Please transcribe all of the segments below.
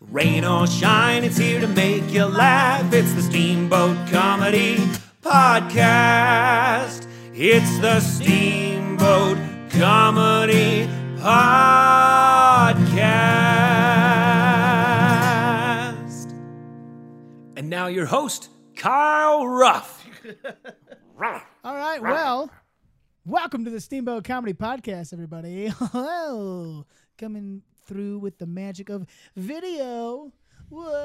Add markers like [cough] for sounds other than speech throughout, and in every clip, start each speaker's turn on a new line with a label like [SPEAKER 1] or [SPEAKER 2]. [SPEAKER 1] Rain or shine, it's here to make you laugh. It's the Steamboat Comedy Podcast. It's the Steamboat Comedy Podcast. And now your host, Kyle Ruff.
[SPEAKER 2] All right, well, welcome to the Steamboat Comedy Podcast, everybody. [laughs] Hello, coming through with the magic of video. Whoa.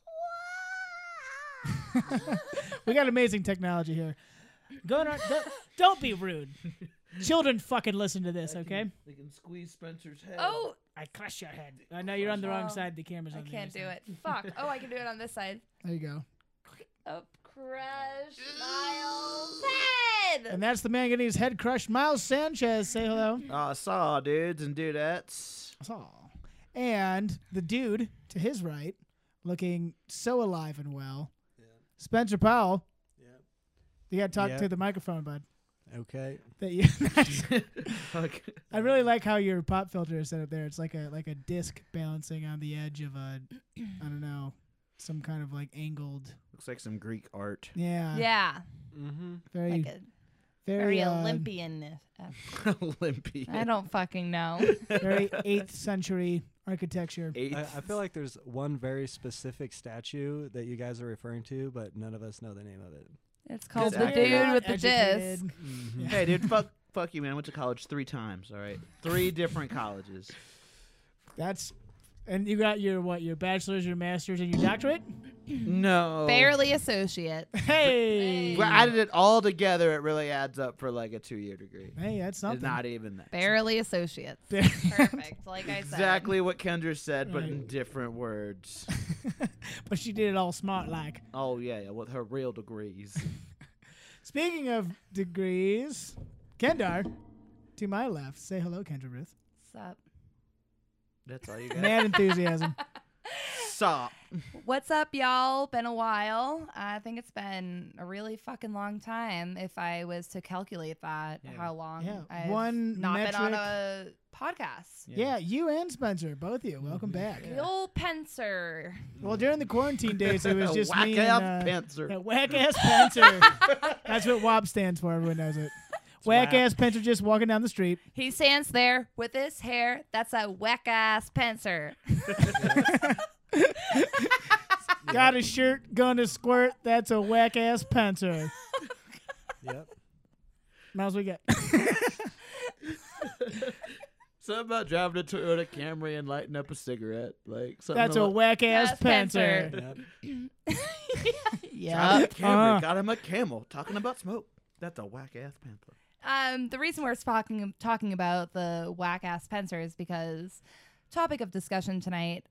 [SPEAKER 2] [laughs] we got amazing technology here. Go on, don't, don't be rude. Children fucking listen to this, okay?
[SPEAKER 3] They can squeeze Spencer's head.
[SPEAKER 4] Oh,
[SPEAKER 2] I crush your head. I know you're on the wrong
[SPEAKER 4] Oh.
[SPEAKER 2] side. The camera's on
[SPEAKER 4] I
[SPEAKER 2] the
[SPEAKER 4] can't
[SPEAKER 2] other
[SPEAKER 4] do
[SPEAKER 2] side.
[SPEAKER 4] it. [laughs] Fuck. Oh, I can do it on this side.
[SPEAKER 2] There you go.
[SPEAKER 4] [laughs] Up crush Miles'
[SPEAKER 2] And
[SPEAKER 4] head.
[SPEAKER 2] that's the manganese head crush, Miles Sanchez. Say hello.
[SPEAKER 3] I saw dudes and dudettes.
[SPEAKER 2] That's all. And the dude to his right, looking so alive and well, Spencer Powell. You got to talk
[SPEAKER 5] Yeah.
[SPEAKER 2] to the microphone, bud.
[SPEAKER 5] Okay.
[SPEAKER 2] That you, [laughs]
[SPEAKER 3] Fuck.
[SPEAKER 2] I really like how your pop filter is set up there. It's like a like a disc balancing on the edge of a, I don't know, some kind of like angled.
[SPEAKER 5] Looks like some Greek art.
[SPEAKER 2] Yeah.
[SPEAKER 4] Yeah,
[SPEAKER 2] Very
[SPEAKER 4] like a
[SPEAKER 2] very
[SPEAKER 4] uh, very
[SPEAKER 2] uh,
[SPEAKER 4] Olympian. uh, I
[SPEAKER 3] [laughs] Olympian.
[SPEAKER 4] don't fucking [laughs] know.
[SPEAKER 2] very eighth century architecture.
[SPEAKER 5] I,
[SPEAKER 3] Eighth.
[SPEAKER 4] [laughs]
[SPEAKER 5] I feel like there's one very specific statue that you guys are referring to, but none of us know the name of it.
[SPEAKER 4] It's called
[SPEAKER 3] Good
[SPEAKER 4] the
[SPEAKER 3] eye.
[SPEAKER 4] dude
[SPEAKER 2] Not
[SPEAKER 4] with the disc.
[SPEAKER 2] educated.
[SPEAKER 3] hey, dude, fuck, fuck you, man. I went to college three times. All right, three different colleges.
[SPEAKER 2] That's and you got your what? Your bachelor's, your master's, and your [laughs] doctorate.
[SPEAKER 3] No,
[SPEAKER 4] Barely associate.
[SPEAKER 2] Hey.
[SPEAKER 3] Well, added it all together. It really adds up for like a two-year degree.
[SPEAKER 2] Hey, that's
[SPEAKER 3] It's
[SPEAKER 2] something.
[SPEAKER 3] not even that.
[SPEAKER 4] Barely associates. [laughs]
[SPEAKER 2] There-
[SPEAKER 4] Perfect. Like I said.
[SPEAKER 3] Exactly what Kendra said, but
[SPEAKER 2] Right.
[SPEAKER 3] in
[SPEAKER 2] [laughs]
[SPEAKER 3] different words.
[SPEAKER 2] [laughs] but she did it all smart like.
[SPEAKER 3] Oh yeah, yeah, with her real degrees.
[SPEAKER 2] Speaking of degrees, Kendar, to my left, say hello, Kendra [laughs] Ruth.
[SPEAKER 4] What's up?
[SPEAKER 2] [laughs]
[SPEAKER 3] That's all you got.
[SPEAKER 2] Mad enthusiasm.
[SPEAKER 3] Stop.
[SPEAKER 4] What's up, y'all? Been a while. I think it's been a really fucking long time. If I was to calculate that, how long
[SPEAKER 2] Yeah,
[SPEAKER 4] I've
[SPEAKER 2] one
[SPEAKER 4] not been on
[SPEAKER 2] metric-
[SPEAKER 4] a
[SPEAKER 2] [laughs]
[SPEAKER 4] podcast.
[SPEAKER 2] Yeah. Mm-hmm. you and Spencer, both of you, welcome back.
[SPEAKER 4] The old pencer.
[SPEAKER 2] Well, during the quarantine days, it
[SPEAKER 3] [laughs]
[SPEAKER 2] was just
[SPEAKER 3] Whack
[SPEAKER 2] me
[SPEAKER 3] ass
[SPEAKER 2] and uh,
[SPEAKER 3] Spencer.
[SPEAKER 2] yeah, whack ass
[SPEAKER 3] [laughs]
[SPEAKER 2] Spencer. that's what WOP stands for. Everyone knows it. Whack ass Spencer just walking down the street.
[SPEAKER 4] He stands there with his hair. That's a whack ass
[SPEAKER 3] [laughs]
[SPEAKER 4] pencer.
[SPEAKER 2] [laughs] Got a shirt, gonna squirt. That's a whack ass
[SPEAKER 4] [laughs]
[SPEAKER 2] Spencer.
[SPEAKER 5] Yep.
[SPEAKER 2] Miles, we got.
[SPEAKER 3] Something about driving a Toyota Camry and lighting up a cigarette. Like something
[SPEAKER 2] That's a
[SPEAKER 3] about-
[SPEAKER 2] whack ass
[SPEAKER 4] Ass Spencer.
[SPEAKER 2] Spencer.
[SPEAKER 5] yep.
[SPEAKER 3] [laughs] Got him a Camry,
[SPEAKER 2] Uh.
[SPEAKER 3] got him a camel. Talking about smoke. That's a whack ass panther.
[SPEAKER 4] Um, the reason we're talking talking about the whack ass pencer is because topic of discussion tonight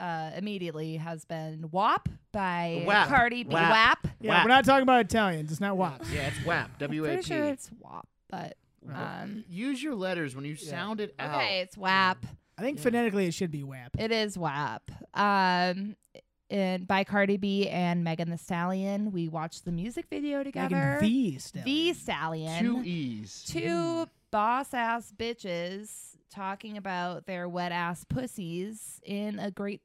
[SPEAKER 4] uh, immediately has been WAP by
[SPEAKER 3] WAP.
[SPEAKER 4] Cardi B.
[SPEAKER 3] WAP.
[SPEAKER 4] WAP.
[SPEAKER 2] Yeah,
[SPEAKER 3] Wap.
[SPEAKER 2] we're not talking about Italians. It's not WAP.
[SPEAKER 3] Ah, Yeah, it's [laughs] WAP. W A
[SPEAKER 4] Pretty sure
[SPEAKER 3] P. Uh-huh.
[SPEAKER 4] it's WAP, but um,
[SPEAKER 3] Use your letters when you sound it out.
[SPEAKER 4] okay, it's WAP.
[SPEAKER 2] I think phonetically it should be WAP.
[SPEAKER 4] It is WAP. Um, and by Cardi B and Megan the Stallion, we watched the music video together.
[SPEAKER 2] the Stallion. [laughs]
[SPEAKER 4] the Stallion.
[SPEAKER 3] Two E's.
[SPEAKER 4] two boss ass bitches talking about their wet ass pussies in a great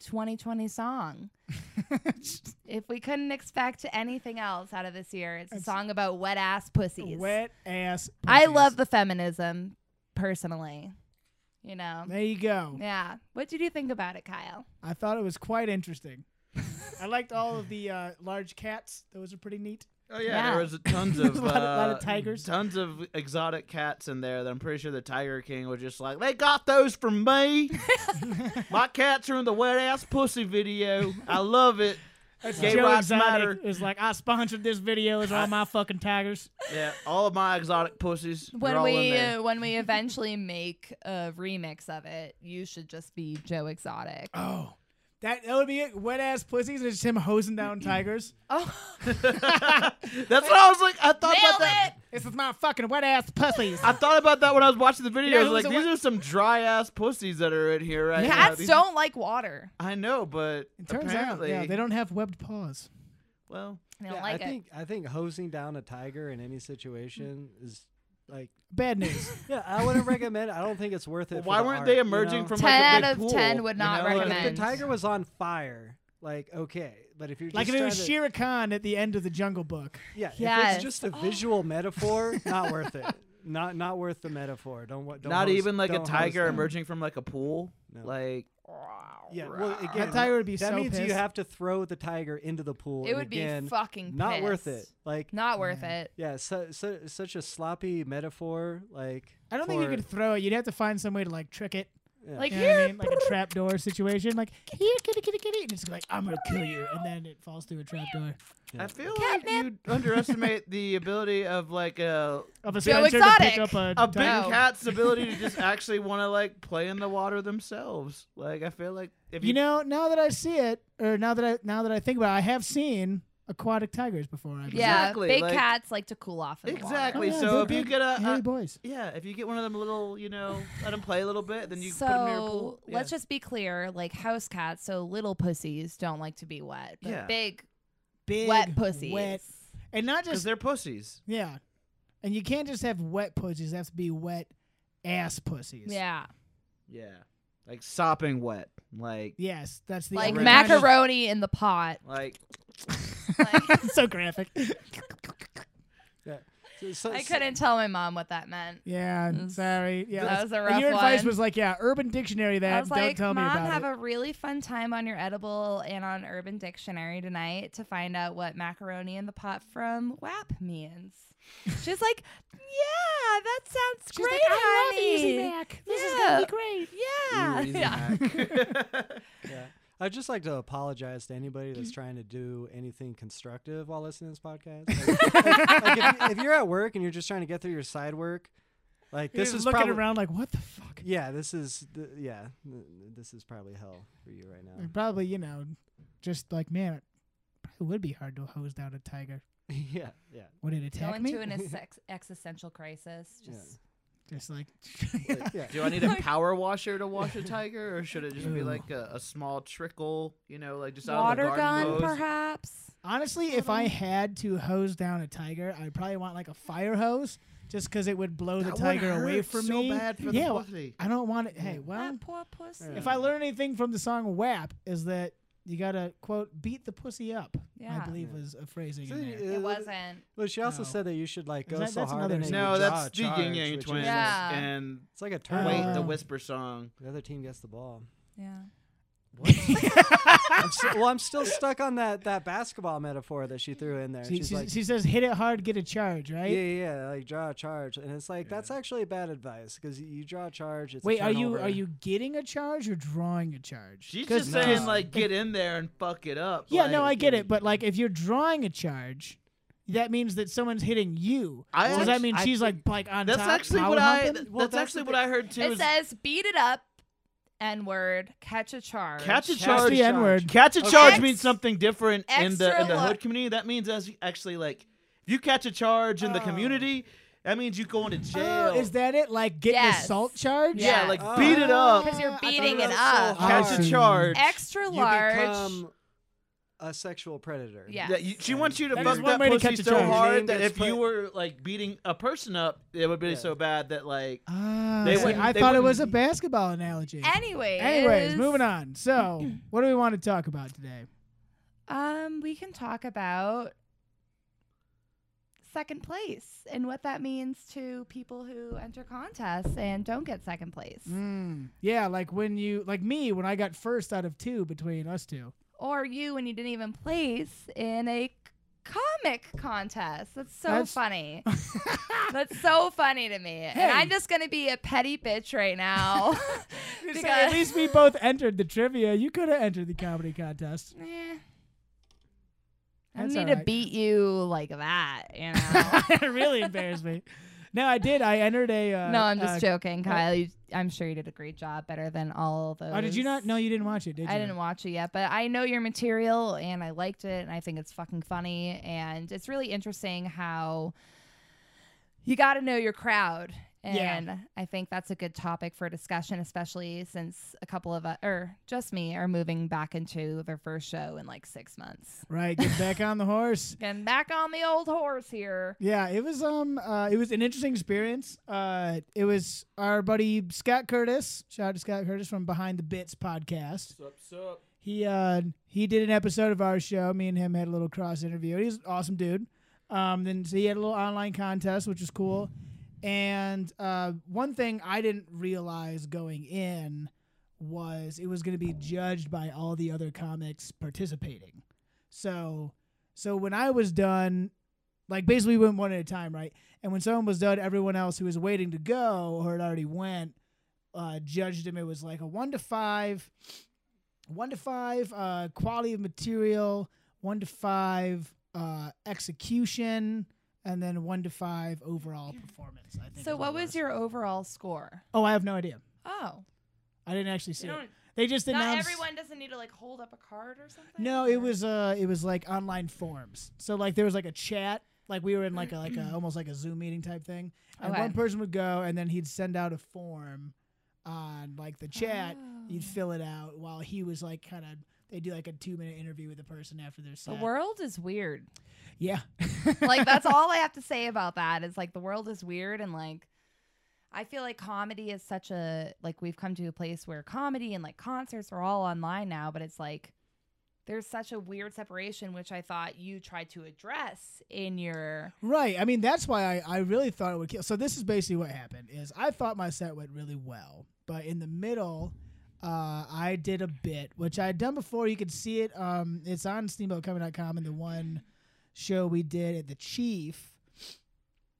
[SPEAKER 4] 2020 song. if we couldn't expect anything else out of this year, it's a
[SPEAKER 2] That's-
[SPEAKER 4] song about wet ass pussies.
[SPEAKER 2] Wet ass.
[SPEAKER 4] I
[SPEAKER 2] pussies.
[SPEAKER 4] love the feminism personally, you know.
[SPEAKER 2] There you go.
[SPEAKER 4] Yeah. What did you think about it, Kyle?
[SPEAKER 2] I thought it was quite
[SPEAKER 4] [laughs]
[SPEAKER 2] interesting. I liked all of the uh, large cats. Those are pretty neat.
[SPEAKER 3] Oh
[SPEAKER 4] Yeah.
[SPEAKER 3] there
[SPEAKER 2] [laughs]
[SPEAKER 3] was tons
[SPEAKER 2] There's
[SPEAKER 3] of,
[SPEAKER 2] a lot of- lot of
[SPEAKER 3] uh,
[SPEAKER 2] tigers.
[SPEAKER 3] tons of exotic cats in there. That I'm pretty sure the Tiger King was just like, they got those
[SPEAKER 2] [laughs]
[SPEAKER 3] from me. My cats are in the wet ass pussy video. I love it.
[SPEAKER 2] That's
[SPEAKER 3] Gay
[SPEAKER 2] Joe
[SPEAKER 3] rights
[SPEAKER 2] Exotic
[SPEAKER 3] matter.
[SPEAKER 2] is like, I sponsored this video. It's
[SPEAKER 4] [laughs]
[SPEAKER 2] all my fucking tigers.
[SPEAKER 3] Yeah, all of my exotic pussies. they're
[SPEAKER 4] When
[SPEAKER 3] all in
[SPEAKER 4] we
[SPEAKER 3] there.
[SPEAKER 4] uh, when we eventually make a remix of it, you should just be Joe Exotic.
[SPEAKER 2] Oh. That, that would be it. Wet ass pussies. And it's just him hosing down tigers.
[SPEAKER 4] Oh,
[SPEAKER 3] [laughs] That's what I was like. I thought about
[SPEAKER 4] [laughs] nailed
[SPEAKER 3] that.
[SPEAKER 4] it!
[SPEAKER 2] This is my fucking wet ass pussies.
[SPEAKER 3] [laughs] I thought about that when I was watching the
[SPEAKER 2] know
[SPEAKER 3] video. I
[SPEAKER 2] who's
[SPEAKER 3] was
[SPEAKER 2] the
[SPEAKER 3] like, these
[SPEAKER 2] one-
[SPEAKER 3] are some dry ass pussies that are in here right now.
[SPEAKER 4] Cats
[SPEAKER 3] These-
[SPEAKER 4] don't like water.
[SPEAKER 3] I know, but
[SPEAKER 2] It turns
[SPEAKER 3] apparently,
[SPEAKER 2] out, yeah, they don't have webbed paws.
[SPEAKER 3] well,
[SPEAKER 4] They don't
[SPEAKER 5] Yeah,
[SPEAKER 4] like
[SPEAKER 5] I
[SPEAKER 4] it. Mm.
[SPEAKER 5] think I think hosing down a tiger in any situation is Like,
[SPEAKER 2] Bad news.
[SPEAKER 5] [laughs] yeah, I wouldn't recommend. it. I don't think it's worth
[SPEAKER 3] Well,
[SPEAKER 5] it.
[SPEAKER 3] why
[SPEAKER 5] for the
[SPEAKER 3] weren't
[SPEAKER 5] art,
[SPEAKER 3] they
[SPEAKER 5] you
[SPEAKER 3] emerging
[SPEAKER 5] know?
[SPEAKER 3] from like a
[SPEAKER 4] 10
[SPEAKER 3] big
[SPEAKER 4] out of 10
[SPEAKER 3] pool,
[SPEAKER 4] would
[SPEAKER 3] you
[SPEAKER 4] not
[SPEAKER 3] know, like, if the
[SPEAKER 5] Like, if
[SPEAKER 4] recommend.
[SPEAKER 5] the tiger was on fire, like okay, but if you're just
[SPEAKER 2] like if it was
[SPEAKER 5] trying to-
[SPEAKER 2] Shere Khan at the end of the Jungle Book.
[SPEAKER 5] yeah, if
[SPEAKER 4] Yes. Oh.
[SPEAKER 5] it's just a visual metaphor, not worth it. Not not worth the metaphor. Don't wa- don't
[SPEAKER 3] Not
[SPEAKER 5] host-
[SPEAKER 3] even like a
[SPEAKER 5] don't host
[SPEAKER 3] tiger
[SPEAKER 5] that.
[SPEAKER 3] emerging from like a pool.
[SPEAKER 5] No.
[SPEAKER 3] Like
[SPEAKER 5] Yeah, well, again,
[SPEAKER 2] That tiger would be
[SPEAKER 5] Uh, that
[SPEAKER 2] so
[SPEAKER 5] means you
[SPEAKER 2] pissed.
[SPEAKER 5] have to throw the tiger into the pool.
[SPEAKER 4] It
[SPEAKER 5] and
[SPEAKER 4] would be
[SPEAKER 5] again,
[SPEAKER 4] fucking
[SPEAKER 5] not worth it.
[SPEAKER 4] pissed.
[SPEAKER 5] Like
[SPEAKER 4] Not worth it.
[SPEAKER 5] yeah, su- su- such a sloppy metaphor. Like
[SPEAKER 2] I don't think you
[SPEAKER 5] for-
[SPEAKER 2] could throw it. You'd have to find some way to like trick it.
[SPEAKER 5] yeah.
[SPEAKER 4] Like
[SPEAKER 2] You know
[SPEAKER 4] here,
[SPEAKER 2] what I mean? Like a trapdoor situation. Like here, kitty, kitty, kitty. And it's like I'm gonna kill you, and then it falls through a trapdoor
[SPEAKER 5] Yeah.
[SPEAKER 3] I feel like you underestimate the ability of like a
[SPEAKER 2] of a
[SPEAKER 4] Joe
[SPEAKER 2] Spencer to pick
[SPEAKER 4] Exotic!
[SPEAKER 2] up a.
[SPEAKER 3] a big
[SPEAKER 4] No.
[SPEAKER 3] cat's ability to just actually want to like play in the water themselves. Like I feel like if you,
[SPEAKER 2] you know, now that I see it, or now that I now that I think about it, I have seen aquatic tigers before. I believe.
[SPEAKER 3] Exactly,
[SPEAKER 4] yeah, big
[SPEAKER 3] like-
[SPEAKER 4] cats like to cool off. In the water.
[SPEAKER 3] Exactly.
[SPEAKER 2] yeah,
[SPEAKER 3] so
[SPEAKER 2] they're
[SPEAKER 3] if you
[SPEAKER 2] big,
[SPEAKER 3] get a,
[SPEAKER 2] hairy
[SPEAKER 3] a-
[SPEAKER 2] boys.
[SPEAKER 3] yeah, if you get one of them little, you know, let them play a little bit, then you
[SPEAKER 4] so
[SPEAKER 3] put them near a pool. Yeah.
[SPEAKER 4] let's just be clear: like house cats, so little pussies don't like to be wet, but
[SPEAKER 3] Yeah.
[SPEAKER 4] big,
[SPEAKER 2] Big
[SPEAKER 4] wet pussies.
[SPEAKER 2] wet- and not
[SPEAKER 3] because
[SPEAKER 2] just
[SPEAKER 3] they're pussies.
[SPEAKER 2] yeah, and you can't just have wet pussies. They have to be wet ass pussies.
[SPEAKER 4] Yeah,
[SPEAKER 3] Yeah, like sopping wet, like
[SPEAKER 2] Yes, that's the
[SPEAKER 4] like
[SPEAKER 2] other kind [laughs] of-
[SPEAKER 4] macaroni in the pot.
[SPEAKER 3] [laughs]
[SPEAKER 4] [laughs]
[SPEAKER 3] like
[SPEAKER 4] Like,
[SPEAKER 2] so graphic.
[SPEAKER 5] So- so-
[SPEAKER 4] I
[SPEAKER 5] so-
[SPEAKER 4] couldn't tell my mom what that meant.
[SPEAKER 2] Yeah, I'm
[SPEAKER 4] It's-
[SPEAKER 2] sorry. Yeah,
[SPEAKER 4] that
[SPEAKER 2] that's-
[SPEAKER 4] was a
[SPEAKER 2] and
[SPEAKER 4] rough
[SPEAKER 2] Your advice
[SPEAKER 4] one.
[SPEAKER 2] was like, yeah, Urban Dictionary. That
[SPEAKER 4] I was
[SPEAKER 2] don't
[SPEAKER 4] like,
[SPEAKER 2] tell me
[SPEAKER 4] Mom,
[SPEAKER 2] about
[SPEAKER 4] have
[SPEAKER 2] it.
[SPEAKER 4] a really fun time on your edible and on Urban Dictionary tonight to find out what macaroni in the pot from WAP means. She's like, Yeah, that sounds
[SPEAKER 2] She's
[SPEAKER 4] great.
[SPEAKER 2] like, I love
[SPEAKER 4] honey.
[SPEAKER 2] Easy Mac. This is
[SPEAKER 4] Yeah.
[SPEAKER 2] gonna be great.
[SPEAKER 3] Ooh,
[SPEAKER 4] Yeah.
[SPEAKER 3] easy
[SPEAKER 4] yeah.
[SPEAKER 2] [laughs]
[SPEAKER 3] hack.
[SPEAKER 5] yeah. I'd just like to apologize to anybody
[SPEAKER 2] Mm-hmm.
[SPEAKER 5] that's trying to do anything constructive while listening to this
[SPEAKER 2] [laughs]
[SPEAKER 5] podcast. Like, like- like if, you- if you're at work and you're just trying to get through your side work, like
[SPEAKER 2] You're
[SPEAKER 5] this is
[SPEAKER 2] looking
[SPEAKER 5] probably
[SPEAKER 2] around like, what the fuck?
[SPEAKER 5] yeah, this is th- yeah, th- this is probably hell for you right
[SPEAKER 4] Um,
[SPEAKER 5] now.
[SPEAKER 2] And probably, you know, just like, man, it probably would be hard to hose down a tiger.
[SPEAKER 5] [laughs] yeah, yeah.
[SPEAKER 2] Would it attack
[SPEAKER 4] Going
[SPEAKER 2] me?
[SPEAKER 4] to an ex- existential crisis.
[SPEAKER 5] Yeah.
[SPEAKER 4] Just
[SPEAKER 2] just
[SPEAKER 4] [laughs]
[SPEAKER 2] like,
[SPEAKER 5] yeah.
[SPEAKER 3] Do I need a power washer to wash a tiger, or should it just be
[SPEAKER 2] Ooh.
[SPEAKER 3] like a, a small trickle? You know, like just
[SPEAKER 4] water
[SPEAKER 3] out of the
[SPEAKER 4] gun,
[SPEAKER 3] garden hose?
[SPEAKER 4] perhaps.
[SPEAKER 2] honestly, if I had to hose down a tiger, I'd probably want like a fire hose, just because it would blow
[SPEAKER 3] That
[SPEAKER 2] the
[SPEAKER 3] would
[SPEAKER 2] tiger away
[SPEAKER 3] hurt
[SPEAKER 2] from
[SPEAKER 3] so
[SPEAKER 2] me.
[SPEAKER 3] bad for the
[SPEAKER 2] yeah, well,
[SPEAKER 3] pussy.
[SPEAKER 2] I don't want it. Hey,
[SPEAKER 5] Yeah.
[SPEAKER 2] well,
[SPEAKER 4] that poor pussy.
[SPEAKER 5] Yeah.
[SPEAKER 2] if I learn anything from the song "WAP," is that you gotta quote beat the pussy up. I
[SPEAKER 4] Yeah.
[SPEAKER 2] believe
[SPEAKER 5] Yeah.
[SPEAKER 2] was a phrasing.
[SPEAKER 5] So
[SPEAKER 2] in [laughs]
[SPEAKER 5] you-
[SPEAKER 2] there.
[SPEAKER 5] uh,
[SPEAKER 4] It wasn't.
[SPEAKER 5] Well, she also
[SPEAKER 2] No.
[SPEAKER 5] said that you should like go
[SPEAKER 2] that-
[SPEAKER 5] so
[SPEAKER 2] that's
[SPEAKER 5] hard.
[SPEAKER 2] another
[SPEAKER 5] and then
[SPEAKER 2] example.
[SPEAKER 5] your
[SPEAKER 3] No, that's the
[SPEAKER 5] jaw
[SPEAKER 3] Yin
[SPEAKER 5] charge,
[SPEAKER 3] Yang
[SPEAKER 5] which
[SPEAKER 3] Twins
[SPEAKER 5] is-
[SPEAKER 4] Yeah.
[SPEAKER 3] and
[SPEAKER 5] It's like a turn.
[SPEAKER 3] wait,
[SPEAKER 2] Uh,
[SPEAKER 3] the whisper song.
[SPEAKER 5] The other team gets the ball.
[SPEAKER 4] Yeah.
[SPEAKER 5] I'm s- well, I'm still stuck on that that basketball metaphor that she threw in there.
[SPEAKER 2] She,
[SPEAKER 5] She's
[SPEAKER 2] she-
[SPEAKER 5] like,
[SPEAKER 2] she says, "Hit it hard, get a charge." Right?
[SPEAKER 5] yeah, yeah, yeah, like draw a charge, and it's like that's actually bad advice because you draw a charge. It's a
[SPEAKER 2] Wait, are you
[SPEAKER 5] turnover.
[SPEAKER 2] are you getting a charge or drawing a charge?
[SPEAKER 3] She's
[SPEAKER 2] 'Cause-
[SPEAKER 3] just
[SPEAKER 5] no.
[SPEAKER 3] saying like get in there and fuck it up.
[SPEAKER 2] yeah, no, I
[SPEAKER 3] like-
[SPEAKER 2] get it, but like if you're drawing a charge, that means that someone's hitting you.
[SPEAKER 3] I
[SPEAKER 2] so does
[SPEAKER 3] act-
[SPEAKER 2] that mean
[SPEAKER 5] I
[SPEAKER 2] she's
[SPEAKER 5] think-
[SPEAKER 2] like like on
[SPEAKER 3] That's
[SPEAKER 2] top?
[SPEAKER 3] actually
[SPEAKER 2] power
[SPEAKER 3] what I.
[SPEAKER 2] humping?
[SPEAKER 3] That's,
[SPEAKER 5] Well, that's
[SPEAKER 3] actually
[SPEAKER 5] the
[SPEAKER 3] what I heard too.
[SPEAKER 4] It
[SPEAKER 3] is
[SPEAKER 4] says, Beat it up, N word, catch a charge.
[SPEAKER 3] catch a
[SPEAKER 2] That's
[SPEAKER 5] Catch
[SPEAKER 3] charge.
[SPEAKER 2] the N word.
[SPEAKER 3] Catch a
[SPEAKER 5] Okay.
[SPEAKER 3] charge
[SPEAKER 4] Ex-
[SPEAKER 3] means something different in the in
[SPEAKER 4] extra
[SPEAKER 3] the
[SPEAKER 4] lo-
[SPEAKER 3] hood community. That means as actually like if you catch a charge in the
[SPEAKER 5] Oh.
[SPEAKER 3] community, that means you go into jail.
[SPEAKER 2] Oh, is that it? Like getting
[SPEAKER 4] Yes.
[SPEAKER 2] assault charge?
[SPEAKER 3] yeah,
[SPEAKER 4] Yeah.
[SPEAKER 3] like
[SPEAKER 5] Oh.
[SPEAKER 3] beat it up.
[SPEAKER 4] Because
[SPEAKER 2] I
[SPEAKER 4] you're
[SPEAKER 2] thought
[SPEAKER 4] beating
[SPEAKER 5] that
[SPEAKER 4] it
[SPEAKER 5] was
[SPEAKER 4] up.
[SPEAKER 5] so
[SPEAKER 2] Oh,
[SPEAKER 3] Catch
[SPEAKER 5] hard.
[SPEAKER 3] a
[SPEAKER 2] Arson.
[SPEAKER 3] charge.
[SPEAKER 4] Extra
[SPEAKER 5] You
[SPEAKER 4] large.
[SPEAKER 5] become a sexual predator.
[SPEAKER 4] Yeah.
[SPEAKER 3] Yeah, you- she wants you to
[SPEAKER 5] That
[SPEAKER 3] fuck
[SPEAKER 5] is
[SPEAKER 2] one
[SPEAKER 3] that
[SPEAKER 2] way to
[SPEAKER 3] pussy
[SPEAKER 2] catch a
[SPEAKER 3] so
[SPEAKER 2] charge.
[SPEAKER 3] hard
[SPEAKER 5] Name
[SPEAKER 3] that
[SPEAKER 5] gets
[SPEAKER 3] if you
[SPEAKER 5] put-
[SPEAKER 3] were like beating a person up, it would be
[SPEAKER 5] Yeah.
[SPEAKER 3] so bad that like
[SPEAKER 2] Ah,
[SPEAKER 3] They
[SPEAKER 2] see,
[SPEAKER 3] wouldn't-
[SPEAKER 2] I
[SPEAKER 3] they
[SPEAKER 2] thought it was a
[SPEAKER 3] wouldn't-
[SPEAKER 2] basketball analogy.
[SPEAKER 4] Anyways.
[SPEAKER 2] Anyways, moving on.
[SPEAKER 4] [clears throat]
[SPEAKER 2] So, what do we want to talk about today?
[SPEAKER 4] Um, we can talk about second place and what that means to people who enter contests and don't get second place.
[SPEAKER 2] Mm, yeah, like when you, like me, when I got first out of two between us two.
[SPEAKER 4] Or you when you didn't even place in a c- comic contest. That's so
[SPEAKER 2] That's- [laughs]
[SPEAKER 4] funny. That's so funny to me. And I'm
[SPEAKER 2] Hey.
[SPEAKER 4] just gonna be a petty bitch right now.
[SPEAKER 2] [laughs]
[SPEAKER 4] [laughs]
[SPEAKER 2] You're saying
[SPEAKER 4] because
[SPEAKER 2] at least
[SPEAKER 4] [laughs]
[SPEAKER 2] we both entered the trivia. You could have entered the comedy contest.
[SPEAKER 4] Eh. I don't
[SPEAKER 2] That's
[SPEAKER 4] need
[SPEAKER 2] all
[SPEAKER 4] to
[SPEAKER 2] right.
[SPEAKER 4] beat you like that,
[SPEAKER 2] [laughs]
[SPEAKER 4] you know.
[SPEAKER 2] it really embarrassed me. No, I did. I entered a. Uh,
[SPEAKER 4] no, I'm just
[SPEAKER 2] uh,
[SPEAKER 4] joking, Kyle. You, I'm sure you did a great job, better than all those.
[SPEAKER 2] Oh, did you not? No, you didn't watch it, did you?
[SPEAKER 4] I didn't watch it yet, but I know your material and I liked it and I think it's fucking funny and it's really interesting how you got to know your crowd
[SPEAKER 2] Yeah.
[SPEAKER 4] And I think that's a good topic for discussion, especially since a couple of, uh, or just me, are moving back into their first show in like six months.
[SPEAKER 2] Right, get back on the
[SPEAKER 4] [laughs]
[SPEAKER 2] horse.
[SPEAKER 4] And back on the old horse here.
[SPEAKER 2] Yeah, it was um uh, it was an interesting experience. Uh it was our buddy Scott Curtis. Shout out to Scott Curtis from Behind the Bits podcast.
[SPEAKER 3] Sup, sup.
[SPEAKER 2] He uh he did an episode of our show. Me and him had a little cross interview. He's an awesome dude. Um then so he had a little online contest, which was cool. And uh one thing I didn't realize going in was it was going to be judged by all the other comics participating. So so when I was done, like basically we went one at a time, right? And when someone was done, everyone else who was waiting to go or had already went uh, judged him. It was like a one to five, one to five uh, quality of material, one to five uh, execution, and then one to five overall performance. I think.
[SPEAKER 4] So,
[SPEAKER 2] is
[SPEAKER 4] what
[SPEAKER 2] it
[SPEAKER 4] was your overall score?
[SPEAKER 2] Oh, I have no idea.
[SPEAKER 4] Oh,
[SPEAKER 2] I didn't actually see
[SPEAKER 4] you
[SPEAKER 2] it.
[SPEAKER 4] don't-
[SPEAKER 2] They just
[SPEAKER 4] not
[SPEAKER 2] announced.
[SPEAKER 4] everyone doesn't need to like hold up a card or something.
[SPEAKER 2] No, it
[SPEAKER 4] or-
[SPEAKER 2] was uh, it was like online forums. So like there was like a chat. Like we were in like a
[SPEAKER 4] [clears throat]
[SPEAKER 2] like a almost like a Zoom meeting type thing, and
[SPEAKER 4] Okay.
[SPEAKER 2] one person would go, and then he'd send out a form on like the chat. You'd
[SPEAKER 4] Oh.
[SPEAKER 2] fill it out while he was like kind of. They do like a two minute interview with the person after their
[SPEAKER 4] The
[SPEAKER 2] set.
[SPEAKER 4] world
[SPEAKER 2] [laughs]
[SPEAKER 4] is weird.
[SPEAKER 2] Yeah,
[SPEAKER 4] like that's all I have to say about that is like the world is weird and like I feel like comedy is such a like we've come to a place where comedy and like concerts are all online now, but it's like there's such a weird separation which I thought you tried to address in your
[SPEAKER 2] right. I mean that's why I I really thought it would kill. So this is basically what happened. Is I thought my set went really well, but in the middle. Uh, I did a bit, which I had done before. You could see it. Um, it's on steamboatcoming.com and the one show we did at the Chief,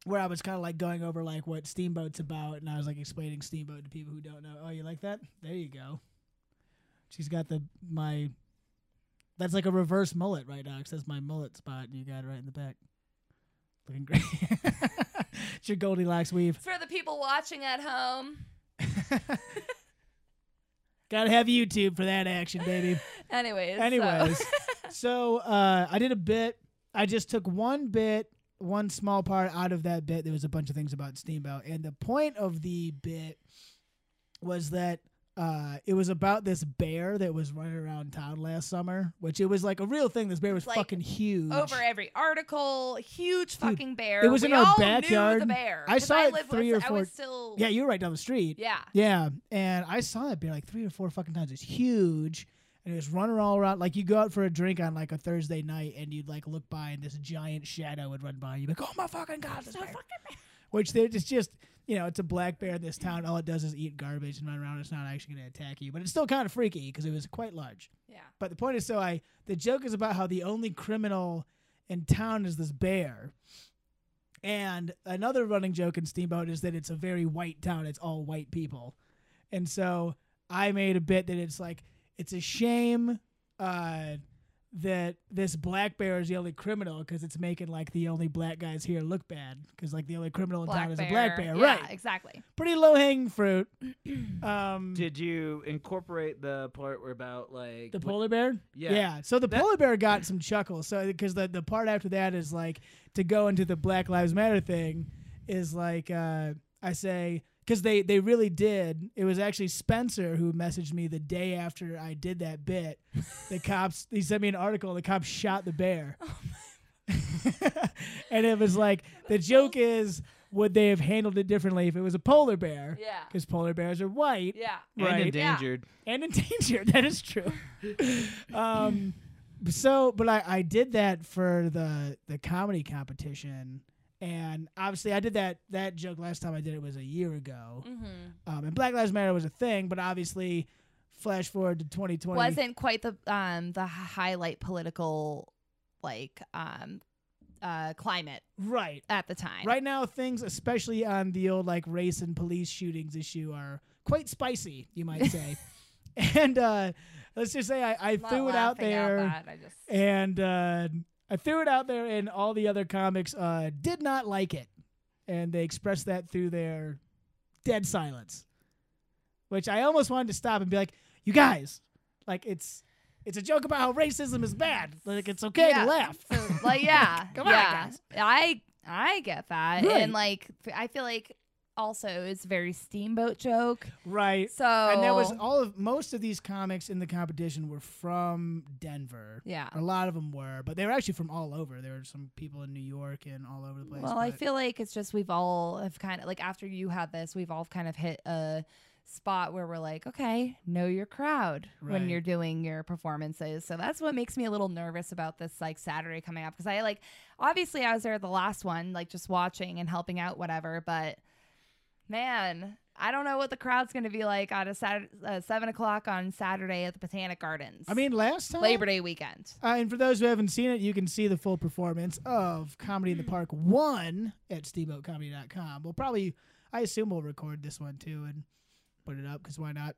[SPEAKER 2] where I was kind of like going over like what Steamboat's about, and I was like explaining Steamboat to people who don't know. Oh, you like that? There you go. She's got the my. That's like a reverse mullet right now, 'cause that's my mullet spot, and you got it right in the back. Looking great. [laughs] it's your Goldilocks weave. [laughs]
[SPEAKER 4] for the people watching at home
[SPEAKER 2] Gotta have YouTube for that action, baby.
[SPEAKER 4] anyways so- [laughs]
[SPEAKER 2] Anyways, so uh, I did a bit. I just took one bit, one small part out of that bit. There was a bunch of things about Steamboat, and the point of the bit was that uh, it was about this bear that was running around town last summer, which it was like a real thing. This bear was
[SPEAKER 4] Like,
[SPEAKER 2] fucking huge.
[SPEAKER 4] over every article huge fucking bear
[SPEAKER 2] it was
[SPEAKER 4] We
[SPEAKER 2] in our
[SPEAKER 4] all knew
[SPEAKER 2] backyard.
[SPEAKER 4] the bear
[SPEAKER 2] I
[SPEAKER 4] 'cause
[SPEAKER 2] saw it
[SPEAKER 4] lived-
[SPEAKER 2] three or
[SPEAKER 4] I
[SPEAKER 2] four-
[SPEAKER 4] was still
[SPEAKER 2] yeah, you were right down the street.
[SPEAKER 4] yeah
[SPEAKER 2] Yeah, and I saw that beer like three or four fucking times. It's huge, and it was running all around. Like you go out for a drink on like a Thursday night, and you'd like look by, and this giant shadow would run by. And you'd be like, "Oh my fucking god, this bear!" Which they're just just you know, it's a black bear in this town. All it does is eat garbage and run around. It's not actually going to attack you, but it's still kind of freaky because it was quite large.
[SPEAKER 4] yeah
[SPEAKER 2] But the point is, so I the joke is about how the only criminal in town is this bear. And another running joke in Steamboat is that it's a very white town. It's all white people. And so I made a bit that it's like it's a shame uh, that this black bear is the only criminal because it's making like the only black guys here look bad because like the only criminal in
[SPEAKER 4] black
[SPEAKER 2] town
[SPEAKER 4] bear
[SPEAKER 2] is a black bear,
[SPEAKER 4] yeah,
[SPEAKER 2] right?
[SPEAKER 4] exactly
[SPEAKER 2] Pretty low hanging fruit. um,
[SPEAKER 3] Did you incorporate the part where about like
[SPEAKER 2] The
[SPEAKER 3] wh-
[SPEAKER 2] polar bear?
[SPEAKER 3] Yeah.
[SPEAKER 2] Yeah. So the
[SPEAKER 3] That-
[SPEAKER 2] polar bear got some chuckles. So because the, the part after that is like to go into the Black Lives Matter thing is like uh, I say because they they really did. It was actually Spencer who messaged me the day after I did that bit.
[SPEAKER 3] [laughs]
[SPEAKER 2] The cops he sent me an article. The cops shot the bear.
[SPEAKER 3] Oh
[SPEAKER 2] [laughs] and it was
[SPEAKER 3] [laughs]
[SPEAKER 2] like the joke is would they have handled it differently if it was a polar bear?
[SPEAKER 4] Yeah.
[SPEAKER 2] Because polar bears are white
[SPEAKER 4] yeah
[SPEAKER 3] and
[SPEAKER 2] Right.
[SPEAKER 3] endangered?
[SPEAKER 2] [laughs] and endangered. That is true.
[SPEAKER 4] [laughs]
[SPEAKER 2] um, so, but I, I did that for the the comedy competition, and obviously I did that that joke last time I did it was a year ago.
[SPEAKER 4] mm-hmm.
[SPEAKER 2] Um, and Black Lives Matter was a thing, but obviously, flash forward to 2020.
[SPEAKER 4] wasn't quite the um the h- highlight political like um uh climate
[SPEAKER 2] right?
[SPEAKER 4] at the time.
[SPEAKER 2] Right now, things, especially on the old like race and police shootings issue, are quite spicy, you
[SPEAKER 4] [laughs]
[SPEAKER 2] might say. and uh, let's just say I, I
[SPEAKER 4] Not
[SPEAKER 2] threw it out
[SPEAKER 4] laughing
[SPEAKER 2] there.
[SPEAKER 4] Out loud, I just
[SPEAKER 2] and uh, I threw it out there, and all the other comics uh, did not like it, and they expressed that through their dead silence, which I almost wanted to stop and be like, "You guys, like it's it's a joke about how racism is bad. Like it's okay
[SPEAKER 4] Yeah.
[SPEAKER 2] to laugh."
[SPEAKER 4] So, like yeah.
[SPEAKER 2] [laughs] Come on,
[SPEAKER 4] yeah.
[SPEAKER 2] guys.
[SPEAKER 4] I I get that.
[SPEAKER 2] Right.
[SPEAKER 4] And like f- I feel like also is very steamboat joke.
[SPEAKER 2] Right.
[SPEAKER 4] So
[SPEAKER 2] and there was all of most of these comics in the competition were from Denver.
[SPEAKER 4] Yeah.
[SPEAKER 2] A lot of them were, but they were actually from all over. There were some people in New York and all over the place.
[SPEAKER 4] Well, I
[SPEAKER 2] but-
[SPEAKER 4] feel like it's just we've all have kind of like after you had this, we've all kind of hit a spot where we're like, okay, know your crowd
[SPEAKER 2] Right.
[SPEAKER 4] when you're doing your performances. So that's what makes me a little nervous about this like Saturday coming up because I like obviously I was there the last one, like just watching and helping out whatever, but man. I don't know what the crowd's going to be like on a Saturday, uh, seven o'clock on Saturday at the Botanic Gardens.
[SPEAKER 2] I mean, last time
[SPEAKER 4] Labor Day weekend.
[SPEAKER 2] Uh, and for those who haven't seen it, you can see the full performance of Comedy in the Park 1 at steamboatcomedy.com. We'll probably, I assume we'll record this one too and put it up because why not?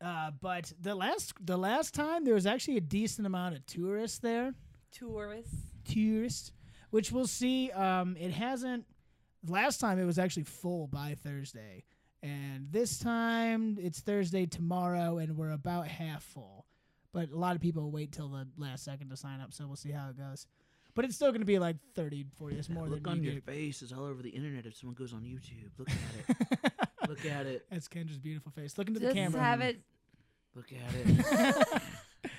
[SPEAKER 2] Uh, but the last the last time there was actually a decent amount of tourists there,
[SPEAKER 4] Tourists.
[SPEAKER 2] tourists, which we'll see. Um, it hasn't. Last time it was actually full by Thursday, and this time it's Thursday tomorrow, and we're about half full. But a lot of people wait till the last second to sign up, so we'll see how it goes. But it's still going to be like 30, 40. It's more
[SPEAKER 3] look
[SPEAKER 2] than
[SPEAKER 3] on
[SPEAKER 2] we
[SPEAKER 3] your
[SPEAKER 2] did.
[SPEAKER 3] face is all over the internet if someone goes on YouTube. Look
[SPEAKER 2] [laughs]
[SPEAKER 3] [laughs] at it. look at it.
[SPEAKER 2] That's Kendra's beautiful face. Look into the
[SPEAKER 4] Just
[SPEAKER 2] camera.
[SPEAKER 4] have it [laughs]
[SPEAKER 3] Look at it.
[SPEAKER 2] [laughs]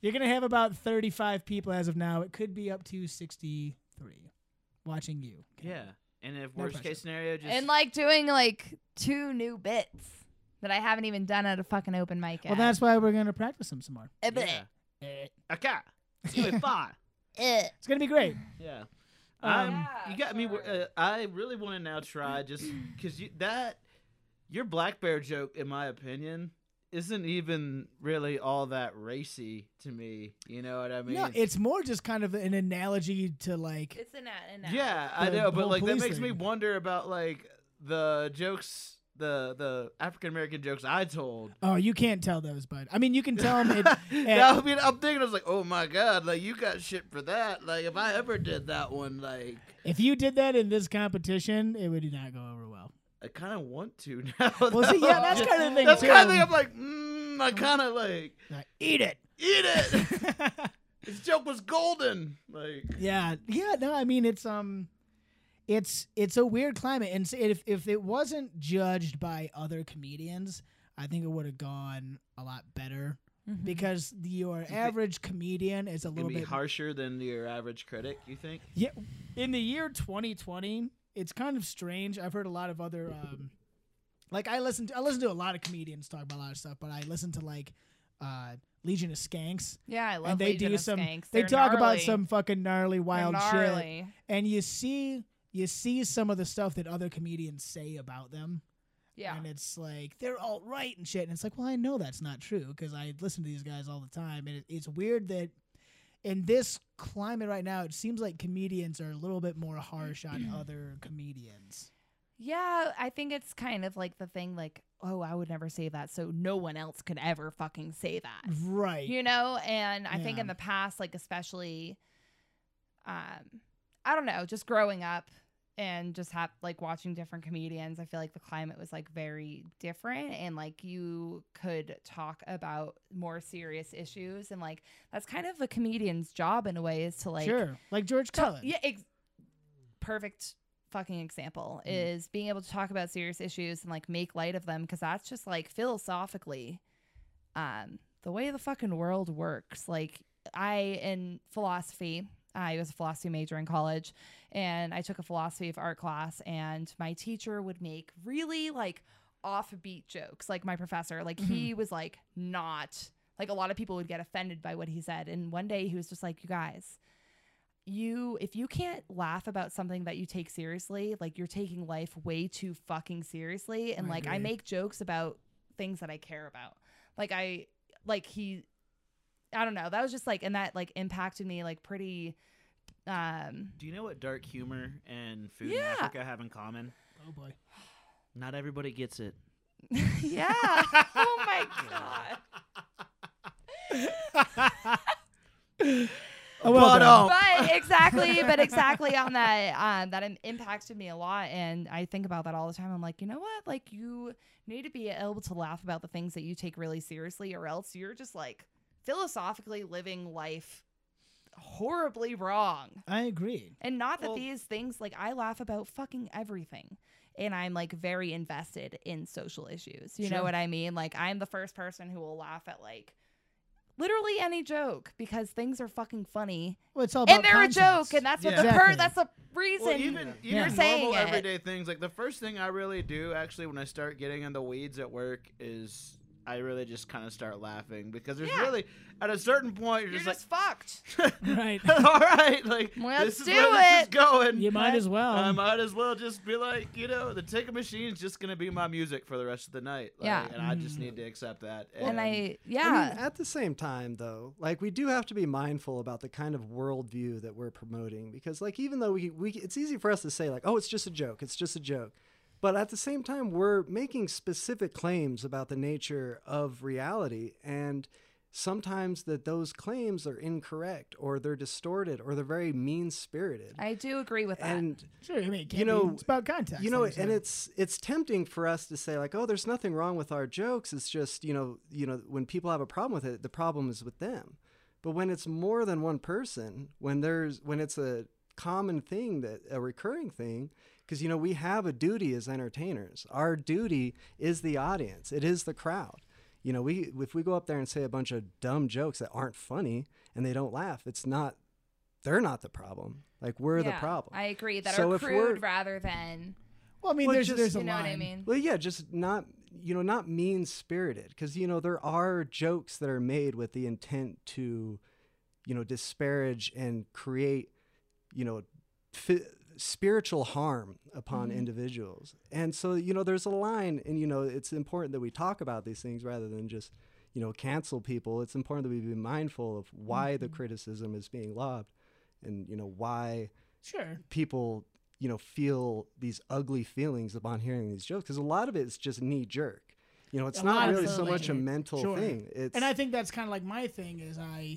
[SPEAKER 2] You're going to have about 35 people as of now. It could be up to 63 watching you.
[SPEAKER 3] yeah. And if
[SPEAKER 2] No
[SPEAKER 3] worst
[SPEAKER 2] pressure.
[SPEAKER 3] case scenario, just
[SPEAKER 4] and like doing like two new bits that I haven't even done at a fucking open mic yet.
[SPEAKER 2] Well, that's why we're going to practice them some more.
[SPEAKER 4] Eh, bleh,
[SPEAKER 3] yeah.
[SPEAKER 2] Eh.
[SPEAKER 3] Okay.
[SPEAKER 4] [laughs]
[SPEAKER 3] See you at five.
[SPEAKER 4] eh.
[SPEAKER 2] It's going to be great.
[SPEAKER 3] Yeah. Um,
[SPEAKER 2] Um,
[SPEAKER 3] you got me. wor-
[SPEAKER 4] sure.
[SPEAKER 3] Uh, I really want to now try just
[SPEAKER 2] [clears throat]
[SPEAKER 3] because you, that your black bear joke, in my opinion, isn't even really all that racy to me. You know what I mean?
[SPEAKER 2] no, it's more just kind of an analogy to like
[SPEAKER 4] It's an ad. An ad.
[SPEAKER 3] yeah, I
[SPEAKER 2] The
[SPEAKER 3] know, but
[SPEAKER 2] whole
[SPEAKER 3] like that
[SPEAKER 2] police
[SPEAKER 3] makes me
[SPEAKER 2] thing.
[SPEAKER 3] wonder about like the jokes, the the African American jokes I told.
[SPEAKER 2] oh you can't tell those bud I mean you can tell
[SPEAKER 3] [laughs]
[SPEAKER 2] them it, eh,
[SPEAKER 3] That would be- I'm thinking, I was like, oh my god, like you got shit for that. Like if I ever did that one, like
[SPEAKER 2] if you did that in this competition it would not go over well
[SPEAKER 3] I kind of want to [laughs] now.
[SPEAKER 2] well see
[SPEAKER 3] though.
[SPEAKER 2] yeah
[SPEAKER 3] [laughs]
[SPEAKER 2] that's
[SPEAKER 3] Just-
[SPEAKER 2] kind of the thing
[SPEAKER 3] That's
[SPEAKER 2] too.
[SPEAKER 3] kind of thing. I'm like, mm, I kind of like
[SPEAKER 2] Like, eat it [laughs]
[SPEAKER 3] eat it. His joke was golden. Like,
[SPEAKER 2] yeah yeah no I mean it's um it's it's a weird climate and s- if if it wasn't judged by other comedians I think it would have gone a lot better
[SPEAKER 4] Mm-hmm.
[SPEAKER 2] because your average comedian is a
[SPEAKER 3] gonna
[SPEAKER 2] little
[SPEAKER 3] be
[SPEAKER 2] bit
[SPEAKER 3] harsher than your average critic. You think?
[SPEAKER 2] Yeah, in the year 2020, it's kind of strange. I've heard a lot of other, um, like I listen to I listen to a lot of comedians talk about a lot of stuff, but I listen to like uh, Legion of Skanks,
[SPEAKER 4] yeah, I love
[SPEAKER 2] and they
[SPEAKER 4] Legion
[SPEAKER 2] do
[SPEAKER 4] of
[SPEAKER 2] some
[SPEAKER 4] Skanks.
[SPEAKER 2] they
[SPEAKER 4] They're
[SPEAKER 2] talk about
[SPEAKER 4] gnarly.
[SPEAKER 2] some fucking gnarly
[SPEAKER 4] They're
[SPEAKER 2] wild shit,
[SPEAKER 4] gnarly.
[SPEAKER 2] and you see you see some of the stuff that other comedians say about them,
[SPEAKER 4] Yeah,
[SPEAKER 2] and it's like they're all right and shit, and it's like, well, I know that's not true because I listen to these guys all the time, and it, it's weird that in this climate right now, it seems like comedians are a little bit more harsh
[SPEAKER 4] [clears throat]
[SPEAKER 2] on other comedians.
[SPEAKER 4] yeah. I think it's kind of like the thing, like, oh, I would never say that, so no one else could ever fucking say that.
[SPEAKER 2] Right.
[SPEAKER 4] you know and i think
[SPEAKER 2] Yeah.
[SPEAKER 4] in the past like especially um i don't know just growing up and just have like watching different comedians i feel like the climate was like very different and like you could talk about more serious issues and like that's kind of a comedian's job in a way is to like
[SPEAKER 2] sure. Like George
[SPEAKER 4] so-
[SPEAKER 2] Cullen.
[SPEAKER 4] Yeah, ex- perfect fucking example is being able to talk about serious issues and like make light of them because that's just like philosophically um the way the fucking world works like i in philosophy i was a philosophy major in college and i took a philosophy of art class and my teacher would make really like offbeat jokes like my professor like he was like not like a lot of people would get offended by what he said and one day he was just like you guys you if you can't laugh about something that you take seriously, like you're taking life way too fucking seriously and
[SPEAKER 2] I
[SPEAKER 4] like I
[SPEAKER 2] agree.
[SPEAKER 4] make jokes about things that I care about. Like I like he I don't know. That was just like and that like impacted me like pretty um [laughs]
[SPEAKER 3] Do you know what dark humor and food
[SPEAKER 4] Yeah.
[SPEAKER 3] in Africa have in common?
[SPEAKER 2] Oh boy.
[SPEAKER 3] Not everybody gets it.
[SPEAKER 4] yeah. oh
[SPEAKER 2] [laughs]
[SPEAKER 4] my god.
[SPEAKER 2] Oh, well
[SPEAKER 3] but
[SPEAKER 2] done.
[SPEAKER 3] um,
[SPEAKER 4] But exactly, but exactly on that um that im- impacted me a lot and I think about that all the time. I'm like, you know what? Like you need to be able to laugh about the things that you take really seriously or else you're just like philosophically living life horribly wrong.
[SPEAKER 2] I agree.
[SPEAKER 4] And not that
[SPEAKER 3] Well-
[SPEAKER 4] these things like I laugh about fucking everything. and I'm like very invested in social issues. You
[SPEAKER 2] Sure.
[SPEAKER 4] know what I mean? Like I'm the first person who will laugh at like literally any joke because things are fucking funny
[SPEAKER 2] Well, it's all about
[SPEAKER 4] and they're
[SPEAKER 2] context.
[SPEAKER 4] a joke and that's what
[SPEAKER 3] Yeah.
[SPEAKER 4] the per
[SPEAKER 2] Exactly.
[SPEAKER 4] that's the reason
[SPEAKER 3] Well, even even
[SPEAKER 2] You're
[SPEAKER 4] saying
[SPEAKER 3] normal
[SPEAKER 4] it.
[SPEAKER 3] everyday things like the first thing I really do actually when I start getting in the weeds at work is I really just kind of start laughing because there's
[SPEAKER 4] Yeah.
[SPEAKER 3] really at a certain point you're,
[SPEAKER 4] you're
[SPEAKER 3] just,
[SPEAKER 4] just fucked.
[SPEAKER 3] like
[SPEAKER 2] [laughs]
[SPEAKER 3] [laughs]
[SPEAKER 5] [laughs]
[SPEAKER 2] Right.
[SPEAKER 3] all right like
[SPEAKER 4] Let's
[SPEAKER 3] this is
[SPEAKER 4] do
[SPEAKER 3] where this is
[SPEAKER 4] it.
[SPEAKER 3] going
[SPEAKER 2] You might as well.
[SPEAKER 3] I might as well just be like you know the ticket machine's just gonna be my music for the rest of the night like,
[SPEAKER 4] Yeah.
[SPEAKER 3] and I
[SPEAKER 2] Mm.
[SPEAKER 3] just need to accept that
[SPEAKER 4] and I
[SPEAKER 5] I
[SPEAKER 4] yeah.
[SPEAKER 5] mean, at the same time, though, like we do have to be mindful about the kind of worldview that we're promoting because, like, even though we, we it's easy for us to say, like, oh, it's just a joke, it's just a joke. But at the same time, we're making specific claims about the nature of reality. And sometimes that those claims are incorrect or they're distorted or they're very mean spirited.
[SPEAKER 4] I do agree with that.
[SPEAKER 5] And
[SPEAKER 2] Sure, I mean, it
[SPEAKER 5] You
[SPEAKER 2] you know,
[SPEAKER 5] know-
[SPEAKER 2] be, it's about context.
[SPEAKER 5] you know,
[SPEAKER 2] like said.
[SPEAKER 5] and it's it's tempting for us to say like, oh, there's nothing wrong with our jokes. It's just you know, you know, when people have a problem with it, the problem is with them. But when it's more than one person, when there's when it's a common thing that a recurring thing, because you know we have a duty as entertainers. Our duty is the audience. It is the crowd. You know, we if we go up there and say a bunch of dumb jokes that aren't funny and they don't laugh, it's not. They're not the problem. Like we're the
[SPEAKER 4] Yeah,
[SPEAKER 5] problem.
[SPEAKER 4] I agree that
[SPEAKER 5] So
[SPEAKER 4] are
[SPEAKER 5] if we're-
[SPEAKER 4] crude rather than
[SPEAKER 2] well, I mean,
[SPEAKER 5] well,
[SPEAKER 2] there's
[SPEAKER 5] just-
[SPEAKER 2] there's a
[SPEAKER 4] you know
[SPEAKER 2] line.
[SPEAKER 4] what I mean.
[SPEAKER 5] Well, yeah, just not you know not mean spirited because you know there are jokes that are made with the intent to, you know, disparage and create, you know, fi- spiritual harm upon individuals, and so you know there's a line, and you know it's important that we talk about these things rather than just you know cancel people. It's important that we be mindful of why the criticism is being lobbed, and you know why
[SPEAKER 2] Sure,
[SPEAKER 5] people you know feel these ugly feelings upon hearing these jokes because a lot of it is just knee jerk you know it's
[SPEAKER 2] A lot
[SPEAKER 5] not
[SPEAKER 2] of
[SPEAKER 5] really
[SPEAKER 2] it is
[SPEAKER 5] so
[SPEAKER 4] knee
[SPEAKER 5] much a
[SPEAKER 2] jerk.
[SPEAKER 5] mental
[SPEAKER 2] Sure.
[SPEAKER 5] thing it's
[SPEAKER 2] and I think that's kind of like my thing is I,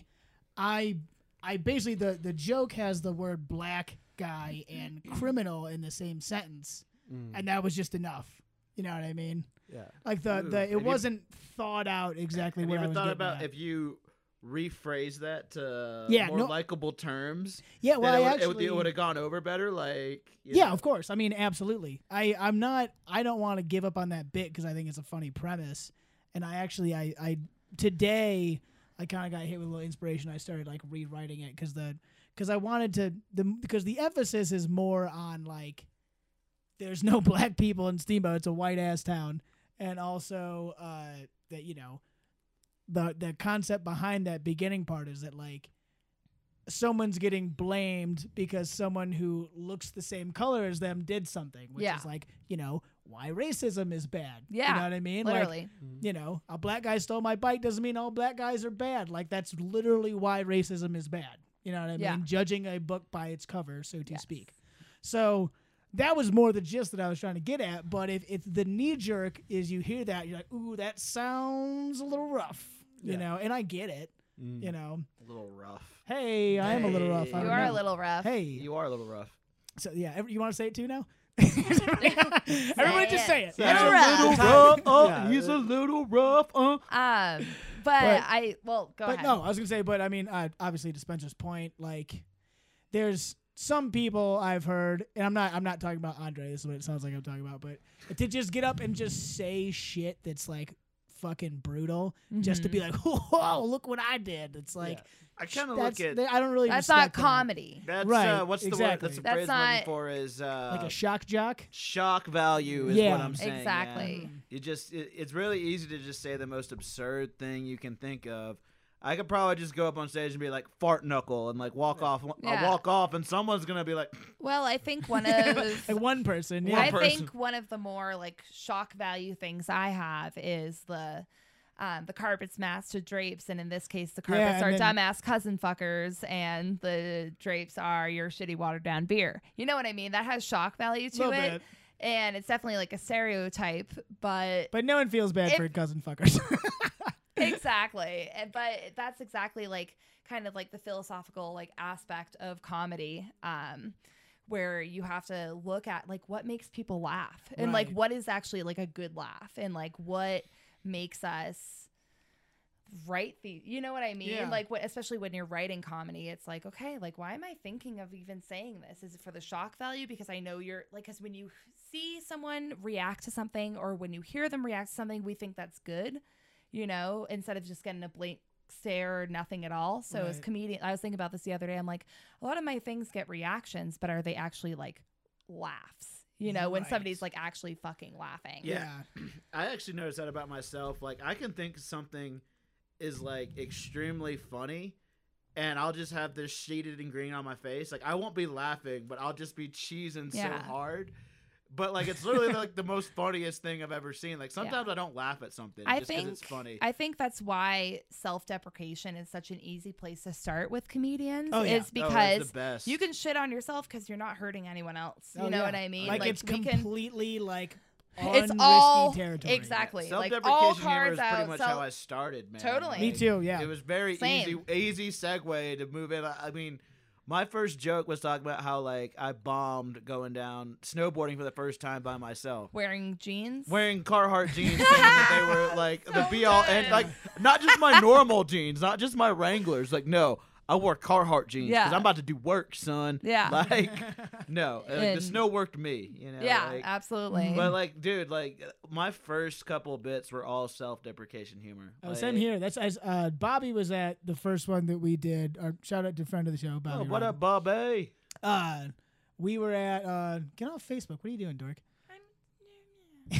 [SPEAKER 2] I, I basically the the joke has the word black guy and criminal in the same sentence, and that was just enough. You know what I mean?
[SPEAKER 5] Mm. yeah
[SPEAKER 2] Like the
[SPEAKER 3] Ooh,
[SPEAKER 2] the
[SPEAKER 3] have
[SPEAKER 2] it
[SPEAKER 3] you-
[SPEAKER 2] wasn't thought out exactly
[SPEAKER 3] Have you
[SPEAKER 2] what I
[SPEAKER 3] ever
[SPEAKER 2] was
[SPEAKER 3] thought
[SPEAKER 2] getting
[SPEAKER 3] about
[SPEAKER 2] at.
[SPEAKER 3] if you rephrase that to
[SPEAKER 2] Yeah,
[SPEAKER 3] more
[SPEAKER 2] no-
[SPEAKER 3] likable terms?
[SPEAKER 2] Yeah, well,
[SPEAKER 3] that
[SPEAKER 2] I
[SPEAKER 3] it would,
[SPEAKER 2] actually-
[SPEAKER 3] it would have gone over better. Like, you
[SPEAKER 2] Yeah,
[SPEAKER 3] know.
[SPEAKER 2] of course. I mean, absolutely. I I'm not. I don't want to give up on that bit because I think it's a funny premise. And I actually, I I today I kind of got hit with a little inspiration. I started like rewriting it because the because I wanted to the because the emphasis is more on like there's no [laughs] black people in Steamboat. It's a white ass town, and also uh, that you know the the concept behind that beginning part is that like someone's getting blamed because someone who looks the same color as them did something, which
[SPEAKER 4] Yeah.
[SPEAKER 2] is like you know why racism is bad.
[SPEAKER 4] Yeah,
[SPEAKER 2] you know what I mean. Like,
[SPEAKER 4] literally.
[SPEAKER 2] you know, a black guy stole my bike doesn't mean all black guys are bad. Like that's literally why racism is bad. You know what I
[SPEAKER 4] Yeah.
[SPEAKER 2] mean? Judging a book by its cover, so to
[SPEAKER 4] Yes.
[SPEAKER 2] speak. So that was more the gist that I was trying to get at. But if it's the knee jerk is you hear that, you're like, ooh, that sounds a little rough. You
[SPEAKER 5] Yeah.
[SPEAKER 2] know, and I get it.
[SPEAKER 3] Mm.
[SPEAKER 2] You know,
[SPEAKER 3] a little rough.
[SPEAKER 2] hey, I am a little rough. I
[SPEAKER 3] Hey.
[SPEAKER 4] you
[SPEAKER 2] don't
[SPEAKER 4] are a
[SPEAKER 2] know.
[SPEAKER 4] little rough.
[SPEAKER 2] Hey,
[SPEAKER 3] You are a little rough.
[SPEAKER 2] so yeah, every- you want to say it too
[SPEAKER 4] [laughs]
[SPEAKER 2] now? [laughs] Everybody, just
[SPEAKER 4] it.
[SPEAKER 2] say it.
[SPEAKER 4] Say it.
[SPEAKER 2] Everyone-
[SPEAKER 4] rough.
[SPEAKER 3] rough. uh,
[SPEAKER 5] Yeah.
[SPEAKER 3] little rough. Uh.
[SPEAKER 4] Um, but, I well go
[SPEAKER 2] but
[SPEAKER 4] ahead.
[SPEAKER 2] no, I was gonna say, but I mean, uh, obviously, to Spencer's point, like, there's some people I've heard, and I'm not, I'm not talking about Andre. This is what it sounds like I'm talking about, but to just get up and just say shit that's like fucking brutal, just to
[SPEAKER 4] Mm-hmm.
[SPEAKER 2] be like,
[SPEAKER 3] Mm-hmm.
[SPEAKER 2] [laughs] whoa, look what I did. It's like
[SPEAKER 3] I kind of
[SPEAKER 2] that's,
[SPEAKER 3] look at
[SPEAKER 2] I don't really.
[SPEAKER 4] That's not
[SPEAKER 2] respect that.
[SPEAKER 4] comedy.
[SPEAKER 3] that's
[SPEAKER 2] Right,
[SPEAKER 3] uh, what's the word?
[SPEAKER 2] exactly.
[SPEAKER 3] That's a
[SPEAKER 4] That's
[SPEAKER 3] phrase I'm
[SPEAKER 4] not-
[SPEAKER 3] looking for is uh,
[SPEAKER 2] Like a shock jock.
[SPEAKER 3] shock value is
[SPEAKER 2] Yeah.
[SPEAKER 3] what I'm saying. yeah.
[SPEAKER 4] Exactly.
[SPEAKER 3] You just it, it's really easy to just say the most absurd thing you can think of. I could probably just go up on stage and be like fart knuckle and like walk off, I'll
[SPEAKER 4] Yeah.
[SPEAKER 3] walk off, and someone's gonna be like,
[SPEAKER 4] Well, I
[SPEAKER 2] [laughs]
[SPEAKER 4] think one of
[SPEAKER 2] Like one person.
[SPEAKER 3] One
[SPEAKER 2] Yeah.
[SPEAKER 4] I
[SPEAKER 3] person.
[SPEAKER 4] think one of the more like shock value things I have is the um, the carpets match to drapes, and in this case, the carpets
[SPEAKER 2] and
[SPEAKER 4] are
[SPEAKER 2] then-
[SPEAKER 4] dumbass cousin fuckers, and the drapes are your shitty watered down beer. You know what I mean? That has shock value to
[SPEAKER 2] Little
[SPEAKER 4] it,
[SPEAKER 2] bit.
[SPEAKER 4] and it's definitely like a stereotype, but
[SPEAKER 2] But no one feels bad
[SPEAKER 4] If-
[SPEAKER 2] for cousin fuckers. [laughs]
[SPEAKER 4] exactly And- but that's exactly like kind of like the philosophical like aspect of comedy um where you have to look at like what makes people laugh and like
[SPEAKER 2] Right.
[SPEAKER 4] what is actually like a good laugh and like what makes us write the you know what i mean
[SPEAKER 2] Yeah.
[SPEAKER 4] like what especially when you're writing comedy it's like okay like why am i thinking of even saying this is it for the shock value because i know you're like because when you see someone react to something or when you hear them react to something we think that's good you know instead of just getting a blank stare or nothing at all so as
[SPEAKER 2] Right.
[SPEAKER 4] comedian i was thinking about this the other day i'm like a lot of my things get reactions but are they actually like laughs you know when
[SPEAKER 2] Right.
[SPEAKER 4] somebody's like actually fucking laughing
[SPEAKER 3] Yeah. I actually noticed that about myself. Like I can think something is like extremely funny and I'll just have this shaded and green on my face. Like I won't be laughing, but I'll just be cheesing
[SPEAKER 4] Yeah.
[SPEAKER 3] so hard. But like it's literally like the most funniest thing I've ever seen. Like sometimes I don't laugh at something
[SPEAKER 4] I
[SPEAKER 3] just 'cause
[SPEAKER 4] think
[SPEAKER 3] it's funny.
[SPEAKER 4] I think that's why self-deprecation is such an easy place to start with comedians.
[SPEAKER 2] Oh, yeah.
[SPEAKER 4] Is
[SPEAKER 3] Oh, it's
[SPEAKER 4] because
[SPEAKER 3] the best.
[SPEAKER 4] you can shit on yourself because you're not hurting anyone else. You
[SPEAKER 2] Oh,
[SPEAKER 4] know
[SPEAKER 2] yeah.
[SPEAKER 4] what I mean?
[SPEAKER 2] Like, it's
[SPEAKER 4] we can-
[SPEAKER 2] completely like on
[SPEAKER 4] it's
[SPEAKER 2] risky
[SPEAKER 4] all
[SPEAKER 2] territory.
[SPEAKER 4] exactly like
[SPEAKER 3] Self-deprecation
[SPEAKER 4] all
[SPEAKER 3] humor
[SPEAKER 4] cards
[SPEAKER 3] is
[SPEAKER 4] out.
[SPEAKER 3] pretty much
[SPEAKER 4] self-
[SPEAKER 3] how I started, man.
[SPEAKER 4] Totally.
[SPEAKER 2] Me
[SPEAKER 3] Like,
[SPEAKER 2] too. Yeah.
[SPEAKER 3] It was very
[SPEAKER 4] Same.
[SPEAKER 3] easy, easy segue to move in. I I mean, my first joke was talking about how like I bombed going down snowboarding for the first time by myself.
[SPEAKER 4] wearing jeans.
[SPEAKER 3] Wearing Carhartt jeans, thinking that they were like the
[SPEAKER 4] [laughs] So
[SPEAKER 3] be all and
[SPEAKER 4] good.
[SPEAKER 3] like not just my normal jeans, not just my Wranglers. Like no, I wore Carhartt jeans because
[SPEAKER 4] Yeah.
[SPEAKER 3] I'm about to do work, son.
[SPEAKER 4] Yeah.
[SPEAKER 3] like no, like, the
[SPEAKER 4] And-
[SPEAKER 3] snow worked me. You know,
[SPEAKER 4] yeah,
[SPEAKER 3] like-
[SPEAKER 4] absolutely.
[SPEAKER 3] but like, dude, like my first couple bits were all self-deprecation humor.
[SPEAKER 2] Oh,
[SPEAKER 3] [laughs] Like,
[SPEAKER 2] same here. That's as uh, Bobby was at the first one that we did. Or shout out to friend of the show,
[SPEAKER 3] Oh,
[SPEAKER 2] Bobby.
[SPEAKER 3] what
[SPEAKER 2] Ryan.
[SPEAKER 3] up, Bobby?
[SPEAKER 2] Uh, we were at. Uh, get off Facebook. What are you doing, dork? [laughs]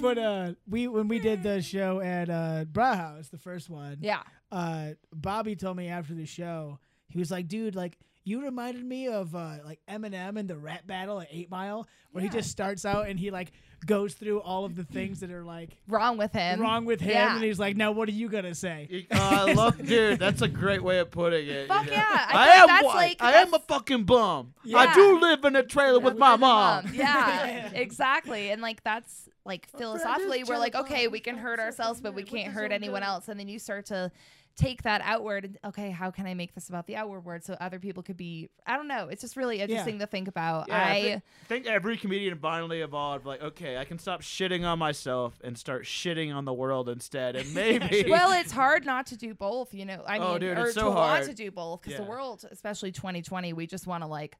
[SPEAKER 2] but uh, we when we did the show at uh, Bra House, the first one.
[SPEAKER 4] yeah,
[SPEAKER 2] uh, Bobby told me after the show, he was like, dude, like, you reminded me of uh, like Eminem in the rap battle at Eight Mile, where he
[SPEAKER 4] Yeah.
[SPEAKER 2] just starts out and he like goes through all of the things that are like
[SPEAKER 4] wrong with him.
[SPEAKER 2] wrong with him,
[SPEAKER 4] Yeah.
[SPEAKER 2] and he's like, now what are you gonna say?
[SPEAKER 3] You- oh, I
[SPEAKER 4] [laughs]
[SPEAKER 3] love, dude. That's a great way of putting it. you
[SPEAKER 4] Fuck
[SPEAKER 3] know?
[SPEAKER 4] yeah, I
[SPEAKER 3] I,
[SPEAKER 4] think
[SPEAKER 3] am
[SPEAKER 4] that's
[SPEAKER 3] white.
[SPEAKER 4] like-
[SPEAKER 3] I
[SPEAKER 4] that's-
[SPEAKER 3] am a fucking bum.
[SPEAKER 4] Yeah.
[SPEAKER 3] I do live in a trailer with my
[SPEAKER 4] With the
[SPEAKER 3] mom. [laughs]
[SPEAKER 4] Yeah, exactly. And like that's like philosophically,
[SPEAKER 3] this
[SPEAKER 4] we're like,
[SPEAKER 3] joke,
[SPEAKER 4] okay,
[SPEAKER 3] um,
[SPEAKER 4] we can
[SPEAKER 3] I'm
[SPEAKER 4] hurt
[SPEAKER 3] so
[SPEAKER 4] ourselves, but
[SPEAKER 3] familiar
[SPEAKER 4] we
[SPEAKER 3] with
[SPEAKER 4] can't
[SPEAKER 3] this
[SPEAKER 4] hurt
[SPEAKER 3] old
[SPEAKER 4] anyone
[SPEAKER 3] joke.
[SPEAKER 4] else. And then you start to take that outward. And, okay, how can I make this about the outward word so other people could be? I don't know. It's just really interesting to think about.
[SPEAKER 3] Yeah, I,
[SPEAKER 4] I,
[SPEAKER 3] think, think every comedian finally evolved. Like, okay, I can stop shitting on myself and start shitting on the world instead,
[SPEAKER 4] [laughs]
[SPEAKER 3] and maybe.
[SPEAKER 4] well, it's hard not to do both. You know, I
[SPEAKER 3] Oh,
[SPEAKER 4] mean,
[SPEAKER 3] dude,
[SPEAKER 4] or
[SPEAKER 3] it's so
[SPEAKER 4] to want
[SPEAKER 3] hard.
[SPEAKER 4] to do both because the
[SPEAKER 3] Yeah.
[SPEAKER 4] world, especially 2020, we just want to like.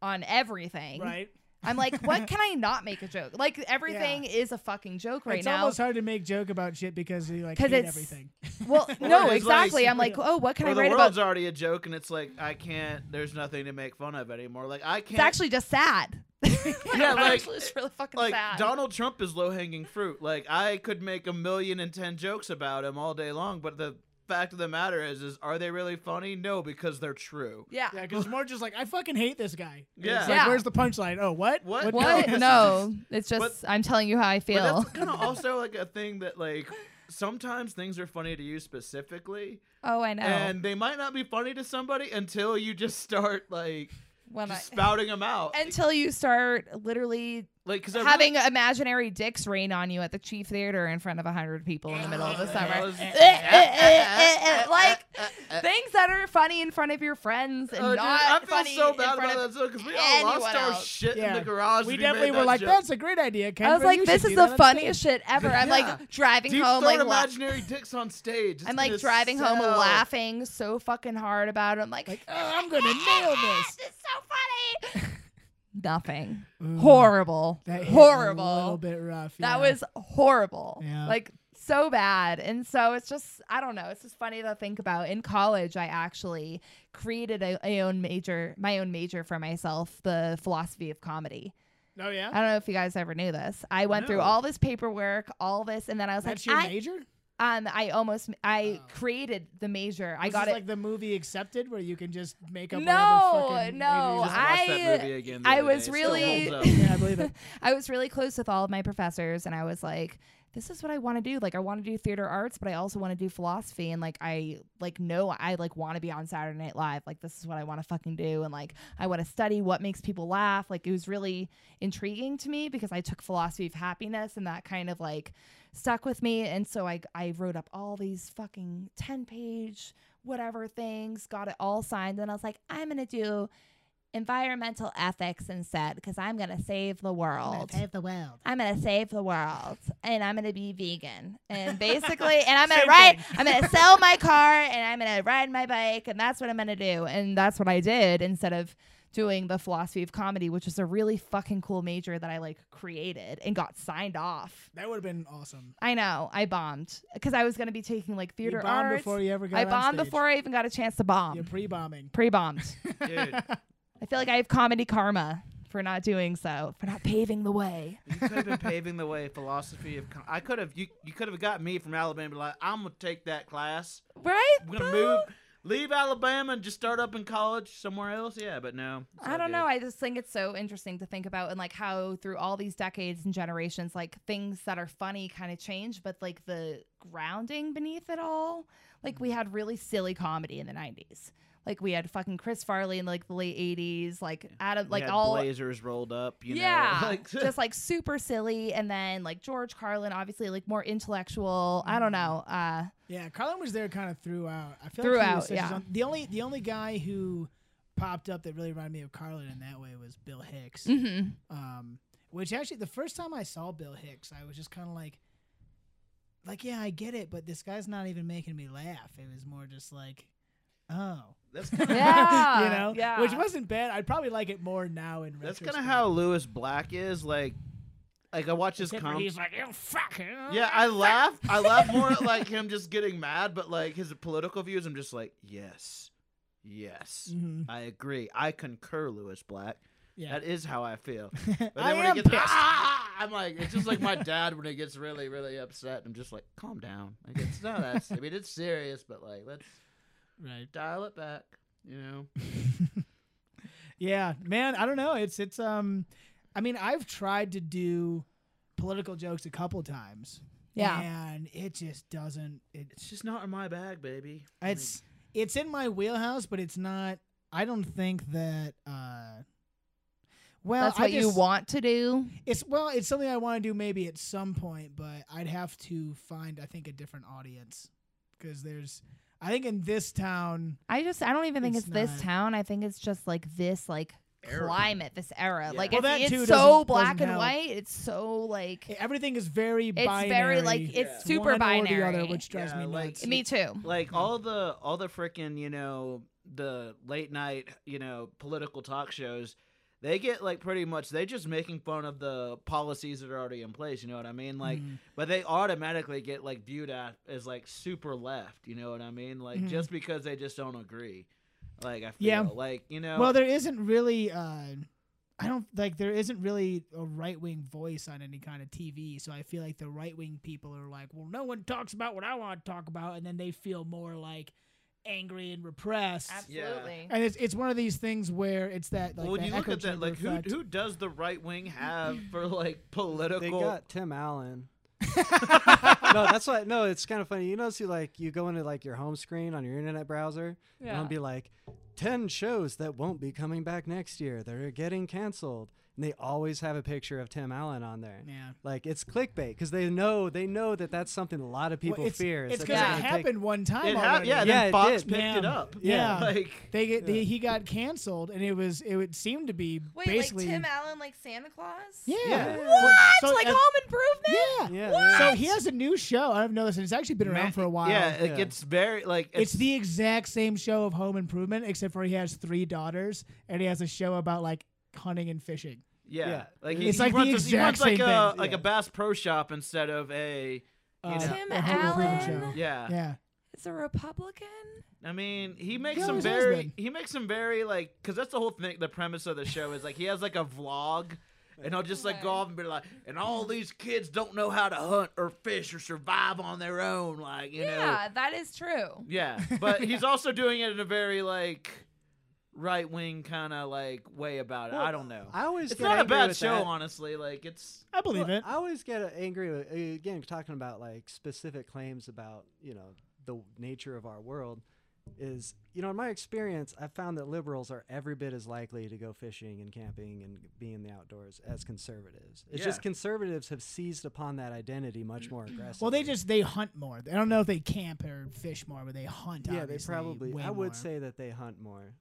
[SPEAKER 4] On everything,
[SPEAKER 2] Right?
[SPEAKER 4] I'm like,
[SPEAKER 3] [laughs]
[SPEAKER 4] what can I not make a joke? Like everything is a fucking joke right
[SPEAKER 2] it's
[SPEAKER 4] now.
[SPEAKER 2] almost hard to make joke about shit because you like
[SPEAKER 4] 'Cause
[SPEAKER 2] hate
[SPEAKER 4] it's-
[SPEAKER 2] everything. [laughs]
[SPEAKER 3] [laughs]
[SPEAKER 4] Well,
[SPEAKER 3] it's
[SPEAKER 4] no,
[SPEAKER 3] like-
[SPEAKER 4] exactly.
[SPEAKER 3] [laughs]
[SPEAKER 4] I'm like, oh, what
[SPEAKER 3] [laughs]
[SPEAKER 4] can
[SPEAKER 3] Or
[SPEAKER 4] I
[SPEAKER 3] the
[SPEAKER 4] write
[SPEAKER 3] world's
[SPEAKER 4] about?
[SPEAKER 3] already a joke, and it's like I can't. There's nothing to make fun of anymore. Like I can't.
[SPEAKER 4] It's actually just sad. [laughs]
[SPEAKER 3] Yeah, like-
[SPEAKER 4] actually, it's really fucking
[SPEAKER 3] like
[SPEAKER 4] sad.
[SPEAKER 3] Donald Trump is low hanging fruit. Like I could make a million and ten jokes about him all day long, but the fact of the matter is, is are they really funny? No, because they're true.
[SPEAKER 4] yeah.
[SPEAKER 2] Yeah, because more just like, I fucking hate this guy. And
[SPEAKER 3] Yeah.
[SPEAKER 2] It's like,
[SPEAKER 4] Yeah.
[SPEAKER 2] where's the punchline? Oh, what?
[SPEAKER 3] What? [laughs]
[SPEAKER 4] What? no, it's just I'm telling you how I
[SPEAKER 3] But
[SPEAKER 4] feel.
[SPEAKER 3] that's
[SPEAKER 4] [laughs]
[SPEAKER 3] kind of also like a thing that like sometimes things are funny to you specifically,
[SPEAKER 4] Oh, I know.
[SPEAKER 3] and they might not be funny to somebody until you just start like
[SPEAKER 4] when I
[SPEAKER 3] just spouting them out.
[SPEAKER 4] until you start literally
[SPEAKER 3] like because
[SPEAKER 4] having imaginary dicks rain on you at the Chief Theater in front of hundred people in the middle
[SPEAKER 3] [laughs]
[SPEAKER 4] of the
[SPEAKER 3] I
[SPEAKER 4] summer.
[SPEAKER 3] was-
[SPEAKER 4] Eh, eh, eh, eh, eh, [laughs] like things that are funny in front of your friends and
[SPEAKER 3] Oh, dude, I
[SPEAKER 4] not
[SPEAKER 3] feel
[SPEAKER 4] funny
[SPEAKER 3] so
[SPEAKER 4] in
[SPEAKER 3] bad
[SPEAKER 4] front
[SPEAKER 3] about
[SPEAKER 4] of
[SPEAKER 3] that because we all lost
[SPEAKER 4] anyone
[SPEAKER 3] our
[SPEAKER 4] else.
[SPEAKER 3] shit in
[SPEAKER 2] Yeah.
[SPEAKER 3] the garage.
[SPEAKER 2] We
[SPEAKER 3] when
[SPEAKER 2] definitely
[SPEAKER 3] made
[SPEAKER 2] were
[SPEAKER 3] that
[SPEAKER 2] like,
[SPEAKER 3] joke.
[SPEAKER 2] that's a great idea, Ken.
[SPEAKER 4] I was like, this is the funniest shit ever. I'm
[SPEAKER 3] Yeah.
[SPEAKER 4] like driving
[SPEAKER 3] Dude,
[SPEAKER 4] home,
[SPEAKER 3] throwing
[SPEAKER 4] like la-
[SPEAKER 3] imaginary dicks on stage. It's
[SPEAKER 4] I'm like
[SPEAKER 3] gonna
[SPEAKER 4] driving home
[SPEAKER 3] sell.
[SPEAKER 4] laughing so fucking hard about it. I'm like,
[SPEAKER 2] Like, oh, I'm
[SPEAKER 4] [laughs]
[SPEAKER 2] gonna nail this.
[SPEAKER 4] It's so funny. [laughs] Nothing.
[SPEAKER 2] Ooh.
[SPEAKER 4] Horrible.
[SPEAKER 2] Mm. That hit A little
[SPEAKER 4] horrible.
[SPEAKER 2] bit rough.
[SPEAKER 4] That
[SPEAKER 2] yeah.
[SPEAKER 4] was horrible.
[SPEAKER 2] Yeah.
[SPEAKER 4] Like so bad. And so it's just I don't know. It's just funny to think about. In college, I actually created a, a own major, my own major for myself, the philosophy of comedy.
[SPEAKER 2] Oh yeah.
[SPEAKER 4] I don't know if you guys ever knew this. I went through
[SPEAKER 3] No.
[SPEAKER 4] all this paperwork, all this, and then I was
[SPEAKER 2] That's
[SPEAKER 4] like,
[SPEAKER 2] your
[SPEAKER 4] I,
[SPEAKER 2] major.
[SPEAKER 4] um, I almost I
[SPEAKER 2] Oh.
[SPEAKER 4] created the major. I
[SPEAKER 2] This
[SPEAKER 4] got
[SPEAKER 2] is
[SPEAKER 4] it.
[SPEAKER 2] like the movie Accepted, where you can just make up.
[SPEAKER 4] No,
[SPEAKER 2] whatever fucking
[SPEAKER 4] no,
[SPEAKER 2] major you
[SPEAKER 4] I-
[SPEAKER 3] Watched that movie again the
[SPEAKER 4] I
[SPEAKER 3] other
[SPEAKER 4] was
[SPEAKER 3] day. It still
[SPEAKER 4] really-
[SPEAKER 3] holds up.
[SPEAKER 2] just- yeah, I believe
[SPEAKER 4] [laughs]
[SPEAKER 2] it.
[SPEAKER 4] I was really close with all of my professors, and I was like, "This is what I want to do. Like, I want to do theater arts, but I also want to do philosophy. And like, I like know I like want to be on Saturday Night Live. Like, this is what I want to fucking do. And like, I want to study what makes people laugh. Like, it was really intriguing to me because I took philosophy of happiness, and that kind of like stuck with me. And so I I wrote up all these fucking ten page whatever things, got it all signed, and I was like, I'm gonna do environmental ethics instead because I'm going to save the world.
[SPEAKER 2] Save the world.
[SPEAKER 4] I'm gonna save the world, and I'm gonna be vegan, and basically, and I'm gonna
[SPEAKER 2] Same
[SPEAKER 4] ride.
[SPEAKER 2] thing.
[SPEAKER 4] I'm gonna sell my car, and I'm gonna ride my bike, and that's what I'm gonna do, and that's what I did instead of doing the philosophy of comedy, which is a really fucking cool major that I like created and got signed off.
[SPEAKER 2] That would have been awesome.
[SPEAKER 4] I know I bombed because I was gonna be taking like
[SPEAKER 2] You
[SPEAKER 4] theater
[SPEAKER 2] bombed
[SPEAKER 4] arts.
[SPEAKER 2] before you ever got
[SPEAKER 4] I
[SPEAKER 2] on
[SPEAKER 4] bombed
[SPEAKER 2] stage.
[SPEAKER 4] before I even got a chance to bomb.
[SPEAKER 2] You're pre-bombing.
[SPEAKER 4] Pre-bombed.
[SPEAKER 2] [laughs]
[SPEAKER 4] [laughs]
[SPEAKER 3] Dude,
[SPEAKER 4] I feel like I have comedy karma for not doing so, for not paving the
[SPEAKER 2] [laughs]
[SPEAKER 4] way.
[SPEAKER 3] you could have been paving the way. Philosophy of com- I could have you you could have got me from Alabama. Like I'm gonna take that class.
[SPEAKER 4] Right?
[SPEAKER 3] I'm gonna
[SPEAKER 4] Bo?
[SPEAKER 3] move, leave Alabama, and just start up in college somewhere else. Yeah, but no. it's
[SPEAKER 4] I
[SPEAKER 3] all
[SPEAKER 4] don't
[SPEAKER 3] good.
[SPEAKER 4] know. I just think it's so interesting to think about and like how through all these decades and generations, like things that are funny kind of change, but like the grounding beneath it all. Like
[SPEAKER 3] Mm.
[SPEAKER 4] we had really silly comedy in the nineties. Like we had fucking Chris Farley in like the late eighties, like Adam
[SPEAKER 3] We
[SPEAKER 4] like
[SPEAKER 3] had
[SPEAKER 4] all
[SPEAKER 3] blazers rolled up. You
[SPEAKER 4] yeah,
[SPEAKER 3] know, [laughs] like,
[SPEAKER 4] just like super silly, and then like George Carlin, obviously like more intellectual. I
[SPEAKER 3] Mm.
[SPEAKER 4] don't know. Uh,
[SPEAKER 2] Yeah, Carlin was there kind of throughout. I feel like he
[SPEAKER 4] Throughout,
[SPEAKER 2] was such his
[SPEAKER 4] yeah.
[SPEAKER 2] own- the only the only guy who popped up that really reminded me of Carlin in that way was Bill Hicks.
[SPEAKER 4] mhm.
[SPEAKER 2] Um, which actually, the first time I saw Bill Hicks, I was just kind of like, like yeah, I get it, but this guy's not even making me laugh. It was more just like, oh, [laughs]
[SPEAKER 3] that's kind of
[SPEAKER 4] Yeah,
[SPEAKER 2] you know,
[SPEAKER 4] yeah.
[SPEAKER 2] which wasn't bad. I'd probably like it more now in
[SPEAKER 3] [laughs] That's
[SPEAKER 2] retrospect.
[SPEAKER 3] kind of how Lewis Black is. Like, like I watch his
[SPEAKER 2] Except for
[SPEAKER 3] comedy.
[SPEAKER 2] he's like, you fuck.
[SPEAKER 3] Yeah,
[SPEAKER 2] [laughs]
[SPEAKER 3] I laugh. I laugh more at like him just getting mad, but like his political views, I'm just like, yes, yes,
[SPEAKER 2] Mhm.
[SPEAKER 3] I agree. I concur, Lewis Black.
[SPEAKER 2] yeah. [laughs]
[SPEAKER 3] That is how I feel. But
[SPEAKER 2] I
[SPEAKER 3] when
[SPEAKER 2] am
[SPEAKER 3] he gets,
[SPEAKER 2] pissed.
[SPEAKER 3] "Ah!" [laughs] I'm like, it's just like my dad when he gets really, really upset. I'm just like, calm down. Like it's not that. I mean, it's serious, but like, let's
[SPEAKER 2] Right.
[SPEAKER 3] dial it back. You know,
[SPEAKER 2] Yeah, man, I don't know. It's it's um I mean, I've tried to do political jokes a couple times.
[SPEAKER 4] Yeah.
[SPEAKER 2] And it just doesn't it,
[SPEAKER 3] it's just not in my bag, baby. Like,
[SPEAKER 2] it's it's in my wheelhouse, but it's not I don't think that uh well,
[SPEAKER 4] that's
[SPEAKER 2] I
[SPEAKER 4] what you
[SPEAKER 2] just-
[SPEAKER 4] want to do.
[SPEAKER 2] It's well, it's something I want to do maybe at some point, but I'd have to find I think a different audience because there's I think in this town
[SPEAKER 4] I just I don't even think
[SPEAKER 2] It's
[SPEAKER 4] it's, this
[SPEAKER 2] not-
[SPEAKER 4] town. I think it's just like this like
[SPEAKER 3] Era.
[SPEAKER 4] climate, this era.
[SPEAKER 3] Yeah.
[SPEAKER 4] Like
[SPEAKER 2] Well, that
[SPEAKER 4] it's,
[SPEAKER 2] too
[SPEAKER 4] it's
[SPEAKER 2] doesn't-
[SPEAKER 4] so
[SPEAKER 2] doesn't
[SPEAKER 4] black and
[SPEAKER 2] help.
[SPEAKER 4] white. It's so like
[SPEAKER 2] everything is very
[SPEAKER 4] it's
[SPEAKER 2] binary.
[SPEAKER 4] very like it's
[SPEAKER 3] It's
[SPEAKER 4] super
[SPEAKER 2] one or
[SPEAKER 4] binary.
[SPEAKER 2] the other, which drives
[SPEAKER 3] Yeah,
[SPEAKER 2] me
[SPEAKER 3] like,
[SPEAKER 2] nuts.
[SPEAKER 4] me too.
[SPEAKER 3] like all the all the freaking you know the late night you know political talk shows they get like pretty much they just making fun of the policies that are already in place you know what i mean like
[SPEAKER 4] Mm.
[SPEAKER 2] Mm-hmm.
[SPEAKER 3] but they automatically get like viewed at as like super left you know what i mean like
[SPEAKER 2] Mhm.
[SPEAKER 3] just because they just don't agree like i feel
[SPEAKER 2] Yeah.
[SPEAKER 3] like you know
[SPEAKER 2] Well, there isn't really. Uh, I don't like. There isn't really a right wing voice on any kind of TV, so I feel like the right wing people are like, "Well, no one talks about what I want to talk about," and then they feel more like angry and repressed.
[SPEAKER 3] Absolutely.
[SPEAKER 2] And it's it's one of these things where it's that like
[SPEAKER 3] Well, when
[SPEAKER 2] that
[SPEAKER 3] you look
[SPEAKER 2] echo
[SPEAKER 3] at that
[SPEAKER 2] chamber
[SPEAKER 3] like who,
[SPEAKER 2] effect.
[SPEAKER 3] who does the right wing have for
[SPEAKER 2] [laughs]
[SPEAKER 3] like
[SPEAKER 5] They
[SPEAKER 3] political
[SPEAKER 5] got Tim Allen. no, that's why. No, it's kind of funny. You notice you like you go into like your home screen on your internet browser, and it'll be like ten shows that won't be coming back next year. They're getting canceled, and they always have a picture of Tim Allen on there.
[SPEAKER 2] Yeah.
[SPEAKER 5] Like it's clickbait because they know they know that that's something a lot of
[SPEAKER 2] Well,
[SPEAKER 5] people
[SPEAKER 2] it's,
[SPEAKER 5] fear. is
[SPEAKER 2] It's
[SPEAKER 5] that
[SPEAKER 2] because
[SPEAKER 5] they're
[SPEAKER 2] it
[SPEAKER 5] gonna take-
[SPEAKER 2] happened one time.
[SPEAKER 3] it hap-
[SPEAKER 2] already.
[SPEAKER 3] yeah,
[SPEAKER 5] Yeah,
[SPEAKER 3] then
[SPEAKER 5] it
[SPEAKER 3] fox
[SPEAKER 5] did.
[SPEAKER 3] picked it
[SPEAKER 2] Yeah.
[SPEAKER 3] up
[SPEAKER 2] Yeah.
[SPEAKER 3] like
[SPEAKER 2] They get
[SPEAKER 5] Yeah.
[SPEAKER 2] they, he got canceled, and it was it would seem to be basically
[SPEAKER 4] Allen like Santa Claus?
[SPEAKER 2] yeah.
[SPEAKER 5] Yeah.
[SPEAKER 2] Well, so
[SPEAKER 4] like
[SPEAKER 2] at-
[SPEAKER 4] home improvement?
[SPEAKER 2] [laughs] Yeah.
[SPEAKER 5] Yeah,
[SPEAKER 2] So he has a new show. I don't know this, and it's actually been around
[SPEAKER 3] Ma-
[SPEAKER 2] for a while.
[SPEAKER 3] Yeah, like,
[SPEAKER 5] Yeah.
[SPEAKER 3] it's very like
[SPEAKER 2] It's the exact same show of Home Improvement, except for he has three daughters and he has a show about like hunting and fishing.
[SPEAKER 3] yeah,
[SPEAKER 5] yeah.
[SPEAKER 3] like he,
[SPEAKER 2] It's
[SPEAKER 3] he
[SPEAKER 2] like the
[SPEAKER 3] runs, he
[SPEAKER 2] exact
[SPEAKER 3] runs like
[SPEAKER 2] same
[SPEAKER 3] a
[SPEAKER 2] thing,
[SPEAKER 3] like
[SPEAKER 5] yeah.
[SPEAKER 3] a Bass Pro Shop instead of a
[SPEAKER 2] Uh,
[SPEAKER 3] Yeah.
[SPEAKER 4] Tim
[SPEAKER 2] a home improvement
[SPEAKER 4] Allen?
[SPEAKER 2] show.
[SPEAKER 3] yeah.
[SPEAKER 2] Yeah.
[SPEAKER 4] It's a Republican.
[SPEAKER 3] I mean, he makes
[SPEAKER 2] He
[SPEAKER 3] some
[SPEAKER 2] always has
[SPEAKER 3] very
[SPEAKER 2] been.
[SPEAKER 3] he makes some very like because that's the whole thing. The premise of the show is like he has like a vlog. And he'll just like go off and be like, and all these kids don't know how to hunt or fish or survive on their own, like you know,
[SPEAKER 4] that is true.
[SPEAKER 3] yeah. But he's also doing it in a very like right wing kind of like way about it. I don't know.
[SPEAKER 5] I always
[SPEAKER 3] it's
[SPEAKER 5] get
[SPEAKER 3] not a
[SPEAKER 5] angry
[SPEAKER 3] bad
[SPEAKER 5] with
[SPEAKER 3] show,
[SPEAKER 5] that.
[SPEAKER 3] honestly. Like it's
[SPEAKER 2] I believe
[SPEAKER 5] Well,
[SPEAKER 2] it.
[SPEAKER 5] I always get angry with, again talking about like specific claims about you know the nature of our world. Is you know in my experience, I've found that liberals are every bit as likely to go fishing and camping and be in the outdoors as conservatives. It's just
[SPEAKER 3] Yeah.
[SPEAKER 5] conservatives have seized upon that identity much more aggressively.
[SPEAKER 2] Well, they just they hunt more. I don't know if they camp or fish more, but they hunt.
[SPEAKER 5] yeah, they
[SPEAKER 2] obviously,
[SPEAKER 5] probably.
[SPEAKER 2] way
[SPEAKER 5] I would
[SPEAKER 2] more.
[SPEAKER 5] say that they hunt more,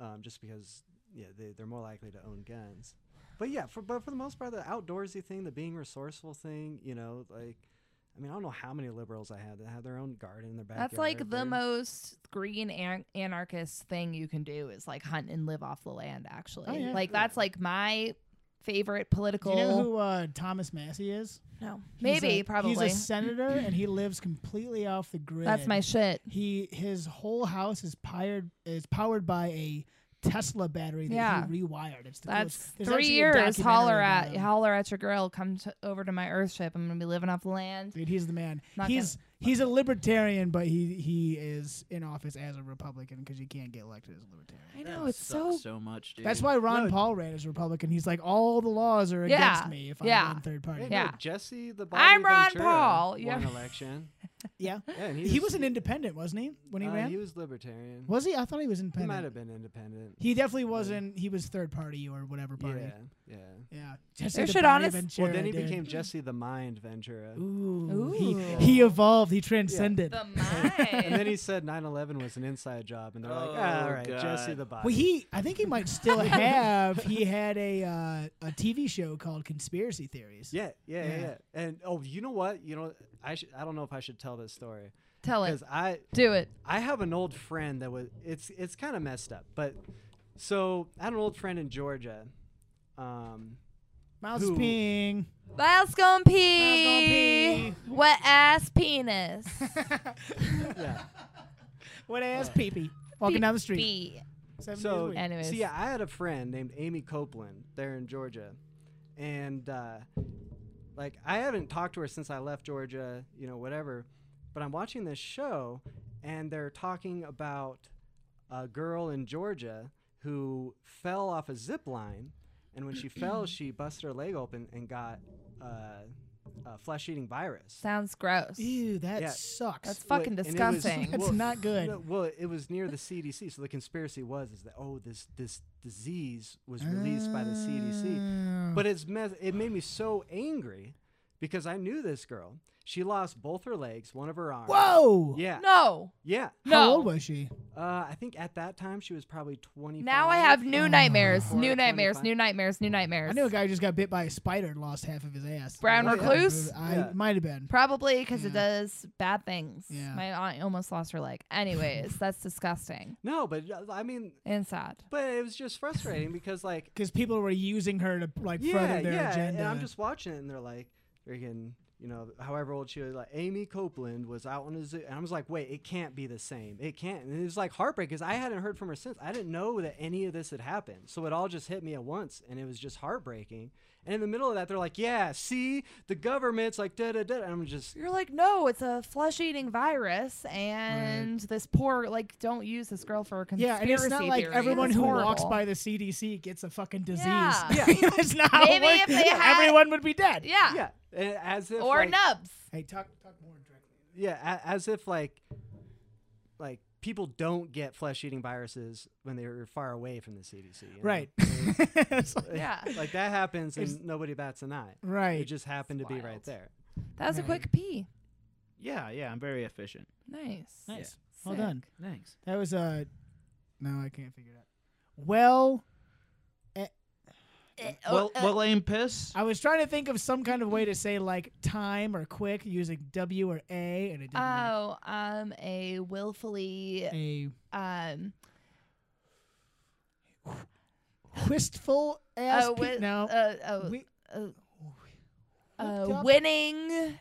[SPEAKER 5] um, just because yeah, they, they're more likely to own guns. But yeah, for but for the most part, the outdoorsy thing, the being resourceful thing, you know, like, I mean, I don't know how many liberals I have that have their own garden in their backyard.
[SPEAKER 4] That's like the
[SPEAKER 5] They're-
[SPEAKER 4] most green an- anarchist thing you can do is like hunt and live off the land. Actually,
[SPEAKER 2] Oh, yeah.
[SPEAKER 4] like that's like my favorite
[SPEAKER 2] Do
[SPEAKER 4] political.
[SPEAKER 2] you know who uh, Thomas Massey is?
[SPEAKER 4] no,
[SPEAKER 2] He's
[SPEAKER 4] maybe
[SPEAKER 2] a-
[SPEAKER 4] probably.
[SPEAKER 2] He's a senator and he lives completely off the grid.
[SPEAKER 4] that's my shit.
[SPEAKER 2] he his whole house is powered is powered by a Tesla battery that
[SPEAKER 4] Yeah.
[SPEAKER 2] he rewired. It's the
[SPEAKER 4] That's
[SPEAKER 2] coolest. There's
[SPEAKER 4] three
[SPEAKER 2] actually a
[SPEAKER 4] years.
[SPEAKER 2] documentary
[SPEAKER 4] Holler
[SPEAKER 2] about
[SPEAKER 4] at
[SPEAKER 2] him.
[SPEAKER 4] holler at your girl. Come to, over to my Earth ship. I'm gonna be living off the land.
[SPEAKER 2] Dude, he's the man.
[SPEAKER 4] Not
[SPEAKER 2] he's he's a libertarian, but he he is in office as a Republican because you can't get elected as a libertarian.
[SPEAKER 4] I
[SPEAKER 3] That
[SPEAKER 4] know Oh, it's
[SPEAKER 3] sucks
[SPEAKER 4] so.
[SPEAKER 3] so much, dude.
[SPEAKER 2] That's why Ron
[SPEAKER 5] No.
[SPEAKER 2] Paul ran as a Republican. He's like, all the laws are
[SPEAKER 4] Yeah,
[SPEAKER 2] against me if
[SPEAKER 4] yeah.
[SPEAKER 2] I'm in third party.
[SPEAKER 5] Hey,
[SPEAKER 4] Yeah.
[SPEAKER 5] no, Jesse the Bobby
[SPEAKER 4] I'm Ron
[SPEAKER 5] Ventura
[SPEAKER 4] Paul. You
[SPEAKER 5] Won
[SPEAKER 4] ever- [laughs]
[SPEAKER 5] election.
[SPEAKER 2] Yeah.
[SPEAKER 5] Yeah, and
[SPEAKER 2] He was an independent, wasn't he? When he
[SPEAKER 5] uh,
[SPEAKER 2] ran,
[SPEAKER 5] He was libertarian.
[SPEAKER 2] was he? I thought he was
[SPEAKER 5] He
[SPEAKER 2] independent.
[SPEAKER 5] might have been independent.
[SPEAKER 2] He definitely wasn't. He was third party or whatever party.
[SPEAKER 5] Yeah, yeah.
[SPEAKER 2] Yeah. Jesse
[SPEAKER 4] There
[SPEAKER 2] the
[SPEAKER 4] should
[SPEAKER 2] Body
[SPEAKER 4] honest-
[SPEAKER 2] Ventura,
[SPEAKER 5] well, then he
[SPEAKER 2] dude.
[SPEAKER 5] became Jesse the Mind Ventura.
[SPEAKER 2] Ooh.
[SPEAKER 4] Ooh.
[SPEAKER 2] He, he evolved. He transcended. [laughs]
[SPEAKER 4] The
[SPEAKER 5] And then
[SPEAKER 4] mind.
[SPEAKER 5] he said 9/11 was an inside job, and they're like,
[SPEAKER 3] Oh,
[SPEAKER 5] "Ah, "All right,
[SPEAKER 3] God.
[SPEAKER 5] Jesse the Body."
[SPEAKER 2] Well, he. I think he might
[SPEAKER 4] [laughs]
[SPEAKER 2] still have. He had a uh, a TV show called Conspiracy Theories.
[SPEAKER 5] yeah,
[SPEAKER 2] Yeah.
[SPEAKER 5] yeah, yeah, yeah. And oh, you know what? You know, I should. I don't know if I should tell this story
[SPEAKER 4] Tell it.
[SPEAKER 5] because I
[SPEAKER 4] Do it.
[SPEAKER 5] I have an old friend that was it's it's kind of messed up, but so I had an old friend in Georgia. Um,
[SPEAKER 2] Miles
[SPEAKER 5] Who-
[SPEAKER 2] Ping.
[SPEAKER 4] Miles gonna pee. Wet ass
[SPEAKER 2] [laughs]
[SPEAKER 4] penis.
[SPEAKER 5] yeah.
[SPEAKER 2] What ass peepee? Walking down the street.
[SPEAKER 4] Pee.
[SPEAKER 2] Seven days a
[SPEAKER 5] Uh, so,
[SPEAKER 2] week.
[SPEAKER 4] Anyways.
[SPEAKER 5] so yeah, I had a friend named Amy Copeland there in Georgia, and uh, like I haven't talked to her since I left Georgia, you know, whatever. But I'm watching this show, and they're talking about a girl in Georgia who fell off a zip line, and when she fell, she busted her leg open and got uh, a flesh-eating virus.
[SPEAKER 4] Sounds gross.
[SPEAKER 2] Ew, that
[SPEAKER 5] Yeah.
[SPEAKER 2] sucks.
[SPEAKER 4] That's fucking
[SPEAKER 5] Like, and it was-
[SPEAKER 4] disgusting.
[SPEAKER 2] That's not good.
[SPEAKER 5] no, well, it was near the CDC, so the conspiracy was is that oh, this this disease was released by the CDC.
[SPEAKER 2] Oh.
[SPEAKER 5] But it's mess it made me so angry because I knew this girl. She lost both her legs, one of her arms.
[SPEAKER 2] Whoa.
[SPEAKER 5] Yeah.
[SPEAKER 4] No.
[SPEAKER 5] Yeah.
[SPEAKER 4] No.
[SPEAKER 2] How old was she?
[SPEAKER 5] Uh, I think at that time she was probably 20.
[SPEAKER 4] Now I have new nightmares,
[SPEAKER 5] Four
[SPEAKER 4] new
[SPEAKER 5] to
[SPEAKER 4] nightmares,
[SPEAKER 5] 25.
[SPEAKER 4] new nightmares, new nightmares.
[SPEAKER 2] Oh, I knew a guy who just got bit by a spider and lost half of his ass.
[SPEAKER 4] Brown
[SPEAKER 2] I-
[SPEAKER 4] recluse?
[SPEAKER 2] I,
[SPEAKER 5] Yeah.
[SPEAKER 2] might have been.
[SPEAKER 4] Probably because it
[SPEAKER 2] Yeah.
[SPEAKER 4] does bad things.
[SPEAKER 2] Yeah.
[SPEAKER 4] My aunt almost lost her leg.
[SPEAKER 2] [laughs]
[SPEAKER 4] Anyways, that's disgusting
[SPEAKER 5] No, but uh, I mean,
[SPEAKER 4] and sad.
[SPEAKER 5] but it was just frustrating because like
[SPEAKER 2] Because people were using her to like
[SPEAKER 5] yeah,
[SPEAKER 2] further their
[SPEAKER 5] yeah,
[SPEAKER 2] agenda.
[SPEAKER 5] and I'm just watching it and they're like freaking. You know, however old she was, like Amy Copeland was out on a zoo, and I was like, "Wait, it can't be the same. It can't." And it was like heartbreak because I hadn't heard from her since. I didn't know that any of this had happened, so it all just hit me at once, and it was just heartbreaking. And in the middle of that, they're like, "Yeah, see, the government's like da da da," and I'm just
[SPEAKER 4] You're like, no, it's a flesh-eating virus, and this poor like, don't use this girl for a conspiracy
[SPEAKER 2] yeah, and it's not like
[SPEAKER 4] theory.
[SPEAKER 2] everyone
[SPEAKER 4] It's
[SPEAKER 2] who
[SPEAKER 4] horrible.
[SPEAKER 2] walks by the CDC gets a fucking disease. [laughs]
[SPEAKER 4] Yeah.
[SPEAKER 5] Yeah.
[SPEAKER 2] it's not how it
[SPEAKER 4] [laughs] Maybe if
[SPEAKER 2] works.
[SPEAKER 4] they had-
[SPEAKER 2] everyone would be dead.
[SPEAKER 4] yeah,
[SPEAKER 5] yeah, and as if
[SPEAKER 4] Ah. or
[SPEAKER 2] [laughs]
[SPEAKER 5] like,
[SPEAKER 4] nubs.
[SPEAKER 2] Hey, talk talk more directly.
[SPEAKER 5] yeah, a- as if like like people don't get flesh-eating viruses when they're far away from the CDC, you know?
[SPEAKER 2] Right. [laughs] It's like-
[SPEAKER 4] Yeah,
[SPEAKER 5] like that happens
[SPEAKER 2] It's-
[SPEAKER 5] and nobody bats an eye. It
[SPEAKER 2] right.
[SPEAKER 5] just happened to be
[SPEAKER 4] wild.
[SPEAKER 5] right there.
[SPEAKER 4] that was a
[SPEAKER 2] Right.
[SPEAKER 4] quick pee.
[SPEAKER 3] yeah, yeah. I'm very efficient.
[SPEAKER 4] Nice.
[SPEAKER 2] Nice. Well
[SPEAKER 4] Sick.
[SPEAKER 2] done.
[SPEAKER 3] Thanks.
[SPEAKER 2] That was a. No, I can't figure it out. Well,
[SPEAKER 4] Eh, oh,
[SPEAKER 3] Well,
[SPEAKER 4] uh,
[SPEAKER 3] well, aim piss.
[SPEAKER 2] I was trying to think of some kind of way to say like time or quick using W or A, and it didn't. work.
[SPEAKER 4] oh, I'm a willfully
[SPEAKER 2] A
[SPEAKER 4] um
[SPEAKER 2] wistful ass.
[SPEAKER 4] a
[SPEAKER 2] pe-
[SPEAKER 4] wi-
[SPEAKER 2] no.
[SPEAKER 4] uh, uh,
[SPEAKER 2] Wi-
[SPEAKER 4] uh,
[SPEAKER 2] Hooked
[SPEAKER 4] uh,
[SPEAKER 2] up.
[SPEAKER 4] winning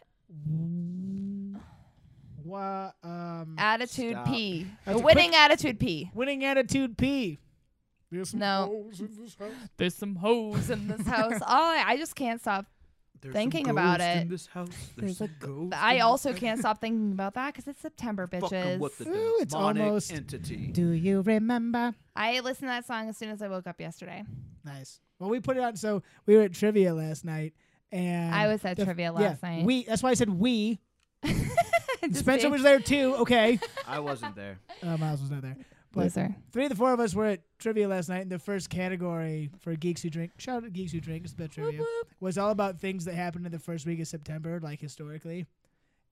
[SPEAKER 2] Wa- um,
[SPEAKER 4] attitude
[SPEAKER 3] Stop.
[SPEAKER 4] P.
[SPEAKER 2] That's
[SPEAKER 4] A
[SPEAKER 2] a
[SPEAKER 4] winning
[SPEAKER 2] quick-
[SPEAKER 4] attitude P.
[SPEAKER 2] winning attitude P. There's some
[SPEAKER 4] No.
[SPEAKER 2] holes in this house.
[SPEAKER 4] There's some hoes
[SPEAKER 2] [laughs]
[SPEAKER 4] in this house. oh, I, I just can't stop.
[SPEAKER 3] There's
[SPEAKER 4] Thinking about
[SPEAKER 3] ghost
[SPEAKER 4] it,
[SPEAKER 3] In this house. There's,
[SPEAKER 4] there's a
[SPEAKER 3] a ghost.
[SPEAKER 4] I
[SPEAKER 3] in
[SPEAKER 4] also
[SPEAKER 3] this
[SPEAKER 4] can't stop thinking about that because it's September,
[SPEAKER 3] house. Fucking
[SPEAKER 4] bitches.
[SPEAKER 3] what the
[SPEAKER 2] Ooh, it's
[SPEAKER 3] demonic
[SPEAKER 2] almost-
[SPEAKER 4] [laughs]
[SPEAKER 3] entity.
[SPEAKER 2] Do you remember?
[SPEAKER 4] I listened to that song as soon as I woke up yesterday. [laughs]
[SPEAKER 2] Nice. Well, we put it out. So we were at trivia last night, and
[SPEAKER 4] I was at
[SPEAKER 2] the-
[SPEAKER 4] trivia
[SPEAKER 2] yeah,
[SPEAKER 4] last night.
[SPEAKER 2] We. That's why I said we. And
[SPEAKER 4] Just
[SPEAKER 2] Spencer
[SPEAKER 4] being
[SPEAKER 2] was there too.
[SPEAKER 4] [laughs]
[SPEAKER 2] Okay,
[SPEAKER 3] I wasn't there.
[SPEAKER 2] uh, Miles was not there. But
[SPEAKER 4] loser.
[SPEAKER 2] three of the four of us were at trivia last night, and the first category for geeks who drink. Shout out to geeks who drink. It's about trivia. Was all about things that happened in the first week of September, like historically.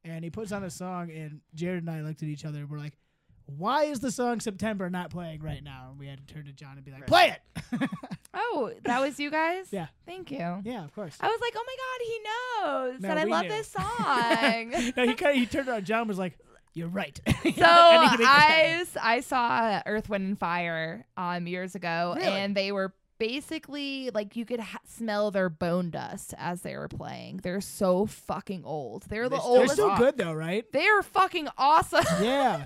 [SPEAKER 2] And he puts on a song, and Jared and I looked at each other, and we're like, why is the song September not playing right now? And we had to turn to John and be like, play it. [laughs]
[SPEAKER 4] Oh, that was you guys?
[SPEAKER 2] Yeah.
[SPEAKER 4] Thank you.
[SPEAKER 2] yeah, of course.
[SPEAKER 4] I was like, oh my God, he knows.
[SPEAKER 2] No,
[SPEAKER 4] and I
[SPEAKER 2] we
[SPEAKER 4] love
[SPEAKER 2] knew. [laughs]
[SPEAKER 4] this song.
[SPEAKER 2] no, he kind of he turned around. John was like, "You're right." [laughs] And he made
[SPEAKER 4] So
[SPEAKER 2] this
[SPEAKER 4] I,
[SPEAKER 2] happen.
[SPEAKER 4] s- I saw Earth, Wind, and Fire um, years ago,
[SPEAKER 2] Really?
[SPEAKER 4] and they were basically like you could ha- smell their bone dust as they were playing. They're so fucking old. They're the
[SPEAKER 3] They still
[SPEAKER 2] they're
[SPEAKER 4] oldest.
[SPEAKER 2] still
[SPEAKER 3] Rock.
[SPEAKER 2] good though, right?
[SPEAKER 4] They are fucking awesome. [laughs]
[SPEAKER 2] Yeah.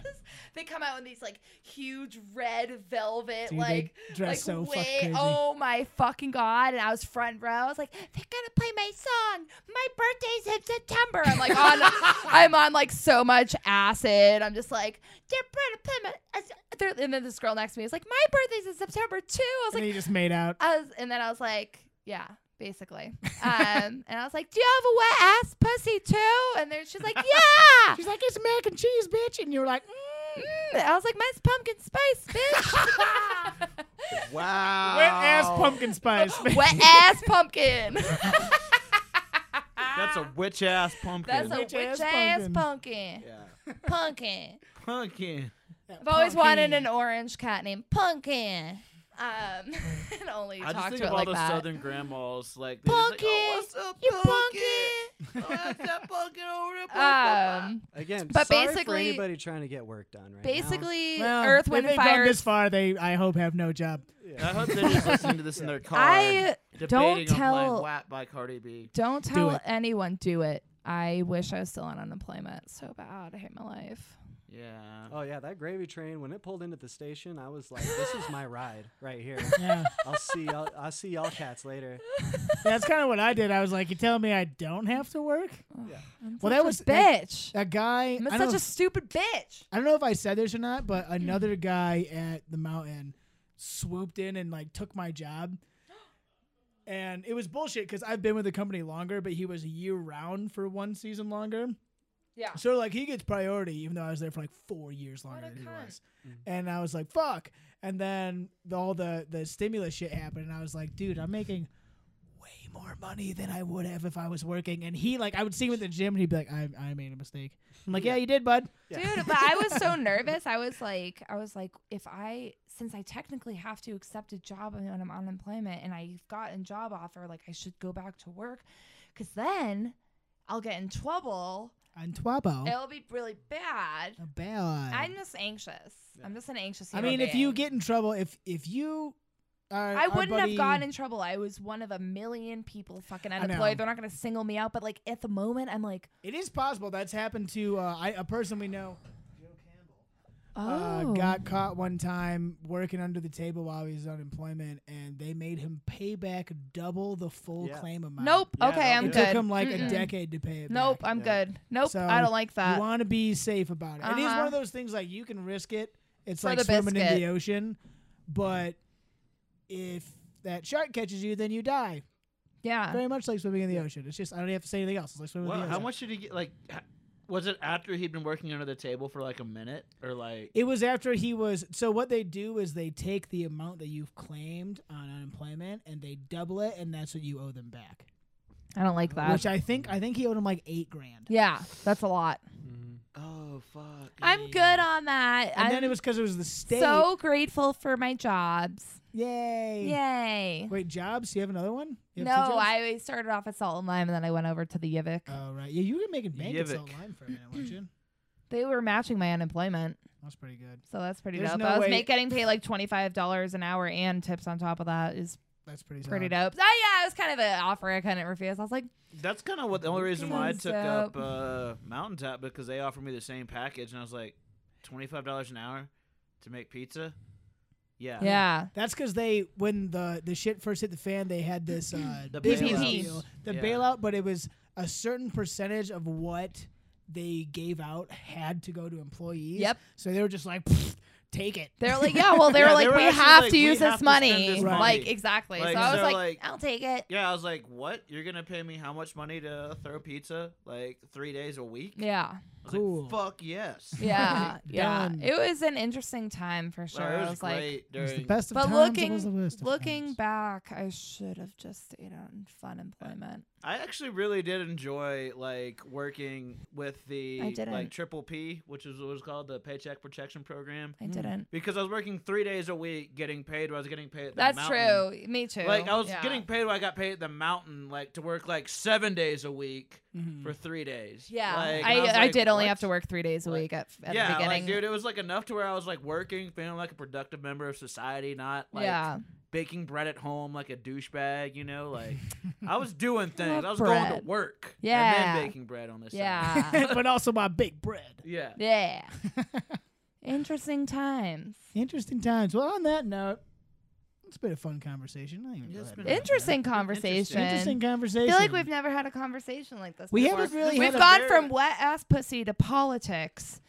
[SPEAKER 4] they come out in these like huge red velvet
[SPEAKER 2] Dude, they
[SPEAKER 4] like
[SPEAKER 2] dress
[SPEAKER 4] like
[SPEAKER 2] so fuck
[SPEAKER 4] way
[SPEAKER 2] crazy.
[SPEAKER 4] oh my fucking god and i was front row i was like they're gonna play my song my birthday's in september i'm
[SPEAKER 2] [laughs]
[SPEAKER 4] like on i'm on like so much acid i'm just like they're gonna play my as- they're- and then this girl next to me is like my birthday's in september too i was
[SPEAKER 2] And
[SPEAKER 4] like
[SPEAKER 2] he just made out.
[SPEAKER 4] I was, and then i was like yeah basically um [laughs] and i was like do you have a wet ass pussy too and then she's like yeah
[SPEAKER 2] [laughs] She's like, "It's mac and cheese, bitch," and you're like,
[SPEAKER 4] Mm, I was like, mine's pumpkin spice,
[SPEAKER 2] [laughs]
[SPEAKER 4] bitch.
[SPEAKER 3] Wow.
[SPEAKER 2] "Wet ass
[SPEAKER 4] [laughs]
[SPEAKER 2] pumpkin spice." bitch."
[SPEAKER 4] Oh. Wet ass
[SPEAKER 2] [laughs]
[SPEAKER 4] pumpkin.
[SPEAKER 3] That's a witch ass pumpkin.
[SPEAKER 4] That's a
[SPEAKER 2] Witch ass
[SPEAKER 4] witch ass,
[SPEAKER 2] pumpkin.
[SPEAKER 4] pumpkin. [laughs]
[SPEAKER 3] yeah.
[SPEAKER 4] Pumpkin.
[SPEAKER 3] Pumpkin.
[SPEAKER 2] [laughs] That
[SPEAKER 4] I've always wanted
[SPEAKER 2] pumpkin.
[SPEAKER 4] an orange cat named Pumpkin. Um, [laughs] and only
[SPEAKER 3] I just
[SPEAKER 4] talk
[SPEAKER 3] think
[SPEAKER 4] to
[SPEAKER 3] of
[SPEAKER 4] it
[SPEAKER 3] all
[SPEAKER 4] like
[SPEAKER 3] those
[SPEAKER 4] that.
[SPEAKER 3] southern grandmas like. they're just like,
[SPEAKER 4] Pumpkin,
[SPEAKER 3] oh, what's up,
[SPEAKER 2] [laughs]
[SPEAKER 4] you
[SPEAKER 3] pumpkin? [laughs] oh, that's that pumpkin over there. pumpkin."
[SPEAKER 4] Um,
[SPEAKER 5] Again,
[SPEAKER 4] But
[SPEAKER 5] sorry for
[SPEAKER 4] basically-
[SPEAKER 5] anybody trying to get work done right now.
[SPEAKER 2] [laughs]
[SPEAKER 4] basically,
[SPEAKER 2] Well,
[SPEAKER 4] Earth,
[SPEAKER 2] if
[SPEAKER 4] Wind,
[SPEAKER 2] they've
[SPEAKER 4] and
[SPEAKER 2] gone
[SPEAKER 4] Fire.
[SPEAKER 2] This far, they I hope have no
[SPEAKER 4] [laughs]
[SPEAKER 2] job.
[SPEAKER 3] I hope they're just listening to this in their car.
[SPEAKER 4] Um, I
[SPEAKER 3] debating
[SPEAKER 4] don't
[SPEAKER 3] on
[SPEAKER 4] tell-
[SPEAKER 3] playing WAP by Cardi B.
[SPEAKER 4] Don't tell
[SPEAKER 2] it.
[SPEAKER 4] anyone. Do it. I wish I was still on unemployment so bad. I hate my life.
[SPEAKER 3] Yeah.
[SPEAKER 5] Oh yeah, that gravy train when it pulled into the station, I was like, "This is my ride right here."
[SPEAKER 2] [laughs] Yeah,
[SPEAKER 5] I'll see, y'all, I'll see y'all cats later.
[SPEAKER 2] that's kind of what I did. I was like, "You telling me I don't have to work?"
[SPEAKER 4] Oh, I'm
[SPEAKER 2] Well,
[SPEAKER 4] such
[SPEAKER 2] that
[SPEAKER 4] a
[SPEAKER 2] was- that-
[SPEAKER 4] bitch.
[SPEAKER 2] That guy,
[SPEAKER 4] I'm
[SPEAKER 2] I don't
[SPEAKER 4] such
[SPEAKER 2] know
[SPEAKER 4] a stupid bitch.
[SPEAKER 2] I don't know if I said this or not,
[SPEAKER 4] Hmm.
[SPEAKER 2] but another guy at the mountain swooped in and like took my
[SPEAKER 4] [gasps]
[SPEAKER 2] job. And it was bullshit because I've been with the company longer, but he was year round for one season longer.
[SPEAKER 4] Yeah.
[SPEAKER 2] So like he gets priority, even though I was there for like four years longer
[SPEAKER 4] What a
[SPEAKER 2] than he
[SPEAKER 4] cunt.
[SPEAKER 2] was. And I was like, fuck. And then the, all the the stimulus shit happened, and I was like, dude, I'm making way more money than I would have if I was working. And he like, I would see him at the gym, and he'd be like, I, I made a mistake. I'm like, yeah, you did, bud.
[SPEAKER 4] Dude, but I was so nervous. I was like, I was like, if I, since I technically have to accept a job when I'm on unemployment and I've gotten job offer, like I should go back to work, because then I'll get in trouble.
[SPEAKER 2] And Twabo.
[SPEAKER 4] It'll be really bad.
[SPEAKER 2] A bad.
[SPEAKER 4] I'm just anxious. I'm just an anxious.
[SPEAKER 2] I
[SPEAKER 4] human
[SPEAKER 2] mean, if you
[SPEAKER 4] being.
[SPEAKER 2] get in trouble, if if you are,
[SPEAKER 4] I wouldn't have gotten in trouble. I was one of a million people fucking
[SPEAKER 2] know.
[SPEAKER 4] unemployed. They're not gonna single me out, but like at the moment, I'm like,
[SPEAKER 2] It is possible that's happened to uh, I, a person we know.
[SPEAKER 4] oh,
[SPEAKER 2] Uh, got caught one time working under the table while he was on unemployment, and they made him pay back double the full
[SPEAKER 5] Yeah.
[SPEAKER 2] claim amount.
[SPEAKER 4] nope.
[SPEAKER 5] Yeah,
[SPEAKER 4] okay,
[SPEAKER 5] that'll
[SPEAKER 4] I'm
[SPEAKER 2] It
[SPEAKER 5] be
[SPEAKER 4] good.
[SPEAKER 2] took him like a
[SPEAKER 4] Mm-mm.
[SPEAKER 2] decade to pay it.
[SPEAKER 4] Nope,
[SPEAKER 2] back.
[SPEAKER 4] I'm
[SPEAKER 5] Yeah.
[SPEAKER 4] good. Nope,
[SPEAKER 2] So,
[SPEAKER 4] Oh, I don't like that.
[SPEAKER 2] You want to be safe about it. It is
[SPEAKER 4] Uh-huh.
[SPEAKER 2] one of those things like you can risk it. It's
[SPEAKER 4] For
[SPEAKER 2] like
[SPEAKER 4] the
[SPEAKER 2] swimming in
[SPEAKER 4] biscuit.
[SPEAKER 2] the ocean, but if that shark catches you, then you die.
[SPEAKER 4] yeah.
[SPEAKER 2] Very much like swimming in the ocean. It's just I don't have to say anything else. It's like swimming in
[SPEAKER 3] Well,
[SPEAKER 2] the
[SPEAKER 3] how
[SPEAKER 2] ocean.
[SPEAKER 3] much did he get? Like, h- was it after he'd been working under the table for like a minute, or like?
[SPEAKER 2] It was after he was. So what they do is they take the amount that you've claimed on unemployment and they double it, and that's what you owe them back.
[SPEAKER 4] I don't like that.
[SPEAKER 2] Which I think I think he owed him like eight grand.
[SPEAKER 4] yeah, that's a lot.
[SPEAKER 3] oh fuck.
[SPEAKER 4] I'm good on that.
[SPEAKER 2] And
[SPEAKER 4] I'm
[SPEAKER 2] then it was because it was the state.
[SPEAKER 4] so grateful for my jobs.
[SPEAKER 2] yay.
[SPEAKER 4] Yay.
[SPEAKER 2] Wait, jobs? You have another one? You
[SPEAKER 4] No,
[SPEAKER 2] have two jobs?
[SPEAKER 4] I started off at Salt and Lime and then I went over to the Yivik.
[SPEAKER 2] Oh right, yeah, you were making bank at Salt
[SPEAKER 3] Yivik.
[SPEAKER 2] Lime for a minute, weren't
[SPEAKER 3] [clears throat]
[SPEAKER 2] you?
[SPEAKER 4] They were matching my unemployment,
[SPEAKER 2] That's pretty good.
[SPEAKER 4] so that's pretty
[SPEAKER 2] There's
[SPEAKER 4] dope.
[SPEAKER 2] no
[SPEAKER 4] I was
[SPEAKER 2] way-
[SPEAKER 4] ma- getting paid like twenty five dollars an hour and tips on top of that is
[SPEAKER 2] That's pretty.
[SPEAKER 4] pretty
[SPEAKER 2] solid.
[SPEAKER 4] dope. So, yeah, it was kind of an offer I couldn't refuse. I was like,
[SPEAKER 3] That's kind of what the only reason why I
[SPEAKER 4] Good
[SPEAKER 3] took
[SPEAKER 4] job.
[SPEAKER 3] up uh, Mountain Top because they offered me the same package, and I was like, twenty five dollars an hour to make pizza. Yeah.
[SPEAKER 4] yeah,
[SPEAKER 2] That's because they, when the the shit first hit the fan, they had this uh,
[SPEAKER 3] [clears throat] The
[SPEAKER 2] business
[SPEAKER 4] bailout.
[SPEAKER 2] deal, the
[SPEAKER 3] Yeah.
[SPEAKER 2] bailout, but it was a certain percentage of what they gave out had to go to employees.
[SPEAKER 4] Yep.
[SPEAKER 3] [laughs]
[SPEAKER 2] So they were just like, "Pfft, take it.
[SPEAKER 4] They're like, yeah, well, they
[SPEAKER 3] Yeah,
[SPEAKER 4] were
[SPEAKER 3] they
[SPEAKER 4] like,
[SPEAKER 3] were
[SPEAKER 4] we
[SPEAKER 3] actually
[SPEAKER 4] have
[SPEAKER 3] like,
[SPEAKER 4] to
[SPEAKER 3] we
[SPEAKER 4] use
[SPEAKER 3] have
[SPEAKER 4] this
[SPEAKER 3] to spend
[SPEAKER 4] money.
[SPEAKER 3] this
[SPEAKER 2] money.
[SPEAKER 4] Like, exactly.
[SPEAKER 3] Like,
[SPEAKER 4] so I was
[SPEAKER 3] so,
[SPEAKER 4] like,
[SPEAKER 3] like-
[SPEAKER 4] I'll take it.
[SPEAKER 3] Yeah, I was like, "What? You're gonna pay me how much money to throw pizza like three days a week?" I was
[SPEAKER 4] Yeah.
[SPEAKER 3] like,
[SPEAKER 2] Cool.
[SPEAKER 3] Fuck yes.
[SPEAKER 2] [laughs]
[SPEAKER 4] Yeah. yeah.
[SPEAKER 2] done.
[SPEAKER 4] It was an interesting time for sure.
[SPEAKER 3] Like,
[SPEAKER 4] I
[SPEAKER 3] it was,
[SPEAKER 4] was like,
[SPEAKER 3] great
[SPEAKER 2] It was the
[SPEAKER 3] during.
[SPEAKER 2] best of
[SPEAKER 4] but
[SPEAKER 2] times. it was the
[SPEAKER 4] looking
[SPEAKER 2] worst of
[SPEAKER 4] looking
[SPEAKER 2] times.
[SPEAKER 4] back, I should have just stayed on fun employment.
[SPEAKER 3] I actually really did enjoy like working with
[SPEAKER 4] I
[SPEAKER 3] the
[SPEAKER 4] didn't.
[SPEAKER 3] like Triple P, which is what was called the Paycheck Protection Program,
[SPEAKER 4] I didn't.
[SPEAKER 3] because I was working three days a week, getting paid. What I was getting paid. At the
[SPEAKER 4] That's
[SPEAKER 3] mountain.
[SPEAKER 4] true. Me too.
[SPEAKER 3] Like I was
[SPEAKER 4] Yeah.
[SPEAKER 3] getting paid what I got paid at the mountain, like to work like seven days a week
[SPEAKER 4] Mm-hmm.
[SPEAKER 2] Mhm.
[SPEAKER 3] for three days.
[SPEAKER 4] Yeah,
[SPEAKER 3] Like, and
[SPEAKER 4] I, I,
[SPEAKER 3] was like,
[SPEAKER 4] did only
[SPEAKER 3] "What?"
[SPEAKER 4] have to work three days a
[SPEAKER 3] Like-
[SPEAKER 4] week at, at
[SPEAKER 3] yeah,
[SPEAKER 4] the
[SPEAKER 3] like
[SPEAKER 4] beginning.
[SPEAKER 3] dude, it was like enough to where I was like working, feeling like a productive member of society, not like
[SPEAKER 4] yeah,
[SPEAKER 3] baking bread at home like a douchebag, you know?
[SPEAKER 4] [laughs]
[SPEAKER 3] Like I was doing things.
[SPEAKER 4] Love
[SPEAKER 3] I was going
[SPEAKER 4] bread.
[SPEAKER 3] to work. And
[SPEAKER 4] Yeah.
[SPEAKER 3] then baking bread on this side. [laughs]
[SPEAKER 4] yeah,
[SPEAKER 2] [laughs] but also my big bread.
[SPEAKER 3] Yeah.
[SPEAKER 4] yeah.
[SPEAKER 2] [laughs]
[SPEAKER 4] Interesting times.
[SPEAKER 2] Interesting times. Well, on that note, it's been a fun conversation. I even
[SPEAKER 3] Yeah,
[SPEAKER 2] go
[SPEAKER 3] it's
[SPEAKER 2] ahead
[SPEAKER 3] been
[SPEAKER 2] and-
[SPEAKER 3] a-
[SPEAKER 4] Interesting
[SPEAKER 3] Interesting.
[SPEAKER 4] conversation.
[SPEAKER 2] interesting
[SPEAKER 4] I
[SPEAKER 2] conversation.
[SPEAKER 4] feel like we've never had a conversation like this.
[SPEAKER 2] We
[SPEAKER 4] before.
[SPEAKER 2] haven't really
[SPEAKER 4] We've
[SPEAKER 2] had a
[SPEAKER 4] gone
[SPEAKER 3] very-
[SPEAKER 4] from wet ass pussy to politics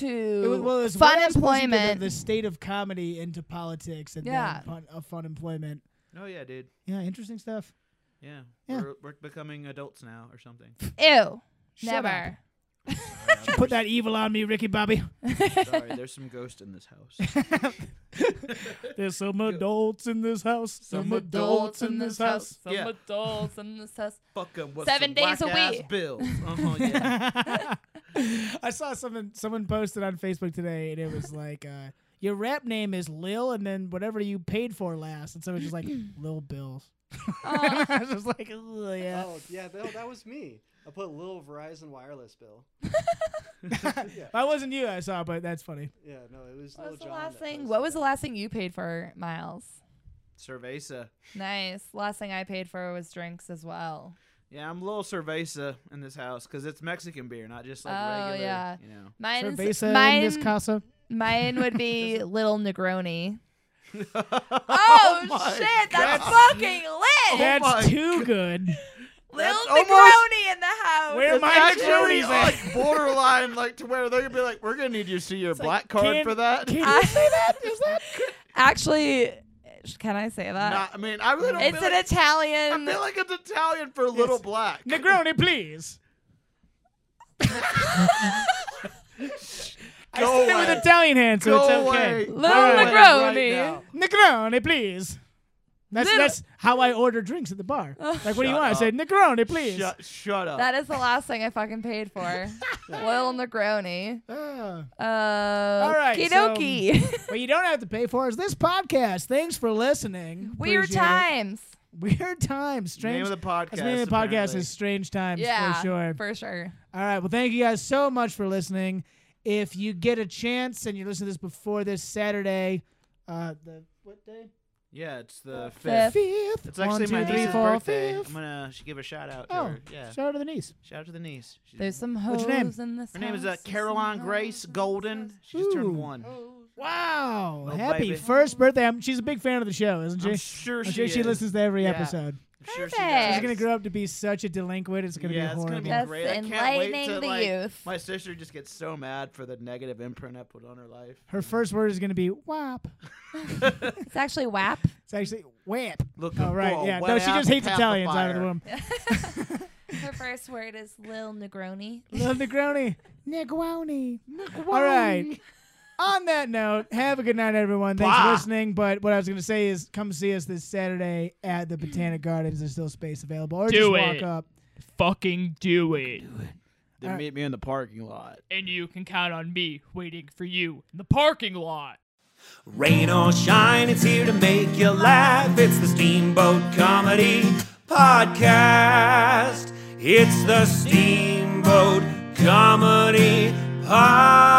[SPEAKER 4] to
[SPEAKER 2] It was- well, it was
[SPEAKER 4] fun
[SPEAKER 2] what I was supposed to do, the-
[SPEAKER 4] employment.
[SPEAKER 2] The state of comedy into politics and
[SPEAKER 4] Yeah.
[SPEAKER 2] then fun, uh, fun employment.
[SPEAKER 3] Oh yeah, dude.
[SPEAKER 2] Yeah, interesting stuff.
[SPEAKER 3] Yeah.
[SPEAKER 2] Yeah.
[SPEAKER 3] We're, we're becoming adults now or
[SPEAKER 4] [laughs]
[SPEAKER 3] something. Oh,
[SPEAKER 4] Ew,
[SPEAKER 2] Shut
[SPEAKER 4] never.
[SPEAKER 2] up. Put that evil on me, Ricky Bobby.
[SPEAKER 4] [laughs]
[SPEAKER 3] Sorry, there's some ghost in this house.
[SPEAKER 2] There's some adults in this house.
[SPEAKER 4] Some adults in this house. Some
[SPEAKER 3] Yeah.
[SPEAKER 4] adults in this house.
[SPEAKER 3] Fuck 'em with some
[SPEAKER 4] Seven days a
[SPEAKER 3] whack-ass
[SPEAKER 4] week.
[SPEAKER 3] bills.
[SPEAKER 4] [laughs]
[SPEAKER 3] Uh-huh,
[SPEAKER 2] [laughs]
[SPEAKER 3] yeah.
[SPEAKER 2] I saw someone someone posted on Facebook today, and it
[SPEAKER 4] [laughs]
[SPEAKER 2] was like, uh, "Your rap name is Lil, and then whatever you paid for last." And someone was just
[SPEAKER 4] [clears throat]
[SPEAKER 2] like, "Lil Bills." [laughs]
[SPEAKER 4] Aw.
[SPEAKER 2] I was just like, "Ugh, "Yeah."
[SPEAKER 5] Oh yeah, that, that was me. I put little Verizon wireless bill.
[SPEAKER 2] That wasn't you, I saw, but that's funny.
[SPEAKER 5] Yeah, no, it was.
[SPEAKER 4] What
[SPEAKER 5] Lil
[SPEAKER 4] was the
[SPEAKER 5] Jon
[SPEAKER 4] last
[SPEAKER 5] that
[SPEAKER 4] thing?
[SPEAKER 5] posted
[SPEAKER 4] What Oh, was
[SPEAKER 5] that.
[SPEAKER 4] the last thing you paid for, Miles?
[SPEAKER 3] Cerveza.
[SPEAKER 4] Nice. Last thing I paid for was drinks as well.
[SPEAKER 3] Yeah, I'm a little cerveza in this house because it's Mexican beer, not just like
[SPEAKER 4] Oh,
[SPEAKER 3] regular.
[SPEAKER 4] yeah.
[SPEAKER 3] You know. [laughs]
[SPEAKER 4] Mine, is,
[SPEAKER 2] Cerveza in this
[SPEAKER 4] mine,
[SPEAKER 2] uh, casa.
[SPEAKER 4] mine would be Little Negroni.
[SPEAKER 3] [laughs] oh,
[SPEAKER 4] Oh,
[SPEAKER 3] my
[SPEAKER 4] shit, that's,
[SPEAKER 3] God.
[SPEAKER 4] fucking lit!
[SPEAKER 2] That's
[SPEAKER 3] Oh my
[SPEAKER 2] too good.
[SPEAKER 4] Little
[SPEAKER 3] that's
[SPEAKER 4] Negroni
[SPEAKER 3] almost-
[SPEAKER 4] in the house.
[SPEAKER 2] Where
[SPEAKER 3] It's
[SPEAKER 2] my
[SPEAKER 3] actually
[SPEAKER 2] Negroni's at?
[SPEAKER 3] like borderline, like to where they're gonna be like, "We're gonna need you to see your black card
[SPEAKER 2] can-
[SPEAKER 3] for that."
[SPEAKER 2] Can
[SPEAKER 4] I-
[SPEAKER 2] you say [laughs] that? Is that?
[SPEAKER 4] [laughs] Actually, can I say that?
[SPEAKER 3] Nah, I mean, I really don't.
[SPEAKER 4] it's
[SPEAKER 3] feel
[SPEAKER 4] an
[SPEAKER 3] like,
[SPEAKER 4] Italian.
[SPEAKER 3] I feel like it's Italian for little
[SPEAKER 2] It's-
[SPEAKER 3] black.
[SPEAKER 2] Negroni, please. I
[SPEAKER 3] Go
[SPEAKER 2] said it
[SPEAKER 3] away.
[SPEAKER 2] with Italian hands, so
[SPEAKER 3] Go
[SPEAKER 2] it's okay.
[SPEAKER 3] away.
[SPEAKER 4] Little
[SPEAKER 3] Go away
[SPEAKER 4] Negroni.
[SPEAKER 3] now.
[SPEAKER 2] Negroni, please. That's
[SPEAKER 4] Little- Oh.
[SPEAKER 2] that's how I order drinks at the bar. Like, what do you
[SPEAKER 3] Shut
[SPEAKER 2] want? I say
[SPEAKER 3] up.
[SPEAKER 2] Negroni, please.
[SPEAKER 3] Shut, shut up.
[SPEAKER 4] [laughs] that is the last thing I fucking paid
[SPEAKER 3] [laughs]
[SPEAKER 4] for. Little Negroni.
[SPEAKER 2] Ah.
[SPEAKER 4] Uh, All
[SPEAKER 2] right, so-
[SPEAKER 3] [laughs]
[SPEAKER 4] Kidoki.
[SPEAKER 2] what you don't have to pay for is this podcast. Thanks for listening.
[SPEAKER 4] Weird
[SPEAKER 2] Appreciate it.
[SPEAKER 4] times.
[SPEAKER 2] [laughs] Weird times.
[SPEAKER 3] The
[SPEAKER 2] Strange.
[SPEAKER 3] name of the podcast.
[SPEAKER 2] That's the name of the podcast
[SPEAKER 3] apparently.
[SPEAKER 2] is Strange Times
[SPEAKER 4] Yeah,
[SPEAKER 2] for sure.
[SPEAKER 4] For sure.
[SPEAKER 2] All right. Well, thank you guys so much for listening. If you get a chance and you're listening to this before this Saturday, uh, the what day?
[SPEAKER 3] Yeah, it's the
[SPEAKER 4] Fifth.
[SPEAKER 3] fifth.
[SPEAKER 2] Uh, Fifth.
[SPEAKER 3] It's actually
[SPEAKER 2] One, two,
[SPEAKER 3] my
[SPEAKER 2] three,
[SPEAKER 3] niece's
[SPEAKER 2] four,
[SPEAKER 3] birthday.
[SPEAKER 2] fifth.
[SPEAKER 3] I'm gonna sh- give a shout out to
[SPEAKER 2] Oh,
[SPEAKER 3] her. Yeah,
[SPEAKER 2] shout out to the niece.
[SPEAKER 3] shout out to the niece. She's-
[SPEAKER 4] There's some
[SPEAKER 2] What's
[SPEAKER 4] hoes
[SPEAKER 2] your name?
[SPEAKER 4] in this
[SPEAKER 3] her name is uh,
[SPEAKER 4] house, there's some
[SPEAKER 3] Caroline Grace
[SPEAKER 4] hoes in
[SPEAKER 3] Golden.
[SPEAKER 4] this house.
[SPEAKER 3] She just
[SPEAKER 2] Ooh. Oh.
[SPEAKER 3] turned one.
[SPEAKER 2] Wow!
[SPEAKER 3] Oh,
[SPEAKER 2] Happy
[SPEAKER 3] baby.
[SPEAKER 2] first birthday. I'm, she's a big fan of the show, isn't she?
[SPEAKER 3] I'm sure
[SPEAKER 2] I'm
[SPEAKER 3] she,
[SPEAKER 2] sure oh, she
[SPEAKER 3] is.
[SPEAKER 2] listens to every
[SPEAKER 3] Yeah.
[SPEAKER 2] episode.
[SPEAKER 3] I'm sure she
[SPEAKER 4] Perfect.
[SPEAKER 3] does.
[SPEAKER 2] She's gonna grow up to be such a delinquent. It's gonna
[SPEAKER 3] yeah,
[SPEAKER 2] be
[SPEAKER 3] it's
[SPEAKER 2] horrible.
[SPEAKER 3] gonna be
[SPEAKER 4] That's
[SPEAKER 3] great. I can't wait
[SPEAKER 4] enlightening
[SPEAKER 3] to
[SPEAKER 4] the
[SPEAKER 3] like,
[SPEAKER 4] youth.
[SPEAKER 3] My sister just gets so mad for the negative imprint I put on her life.
[SPEAKER 2] Her first word is gonna be whap.
[SPEAKER 4] It's actually WAP.
[SPEAKER 2] It's actually whap.
[SPEAKER 3] Look,
[SPEAKER 2] Oh right, yeah. No, she just hates Italians out of the womb.
[SPEAKER 4] Her first word is
[SPEAKER 3] [laughs]
[SPEAKER 4] Lil Negroni.
[SPEAKER 2] Love Negroni. Negroni. All right. On that note, have a good night, everyone. Thanks for
[SPEAKER 3] Bye.
[SPEAKER 2] listening. But what I was going to say is come see us this Saturday at the Botanic Gardens. There's still space available. Or just
[SPEAKER 6] Do
[SPEAKER 2] walk
[SPEAKER 6] it.
[SPEAKER 2] up.
[SPEAKER 6] Fucking do it.
[SPEAKER 3] Then meet me in the parking lot.
[SPEAKER 6] And you can count on me waiting for you in the parking lot.
[SPEAKER 1] Rain or shine, it's here to make you laugh. It's the Steamboat Comedy Podcast. It's the Steamboat Comedy Podcast.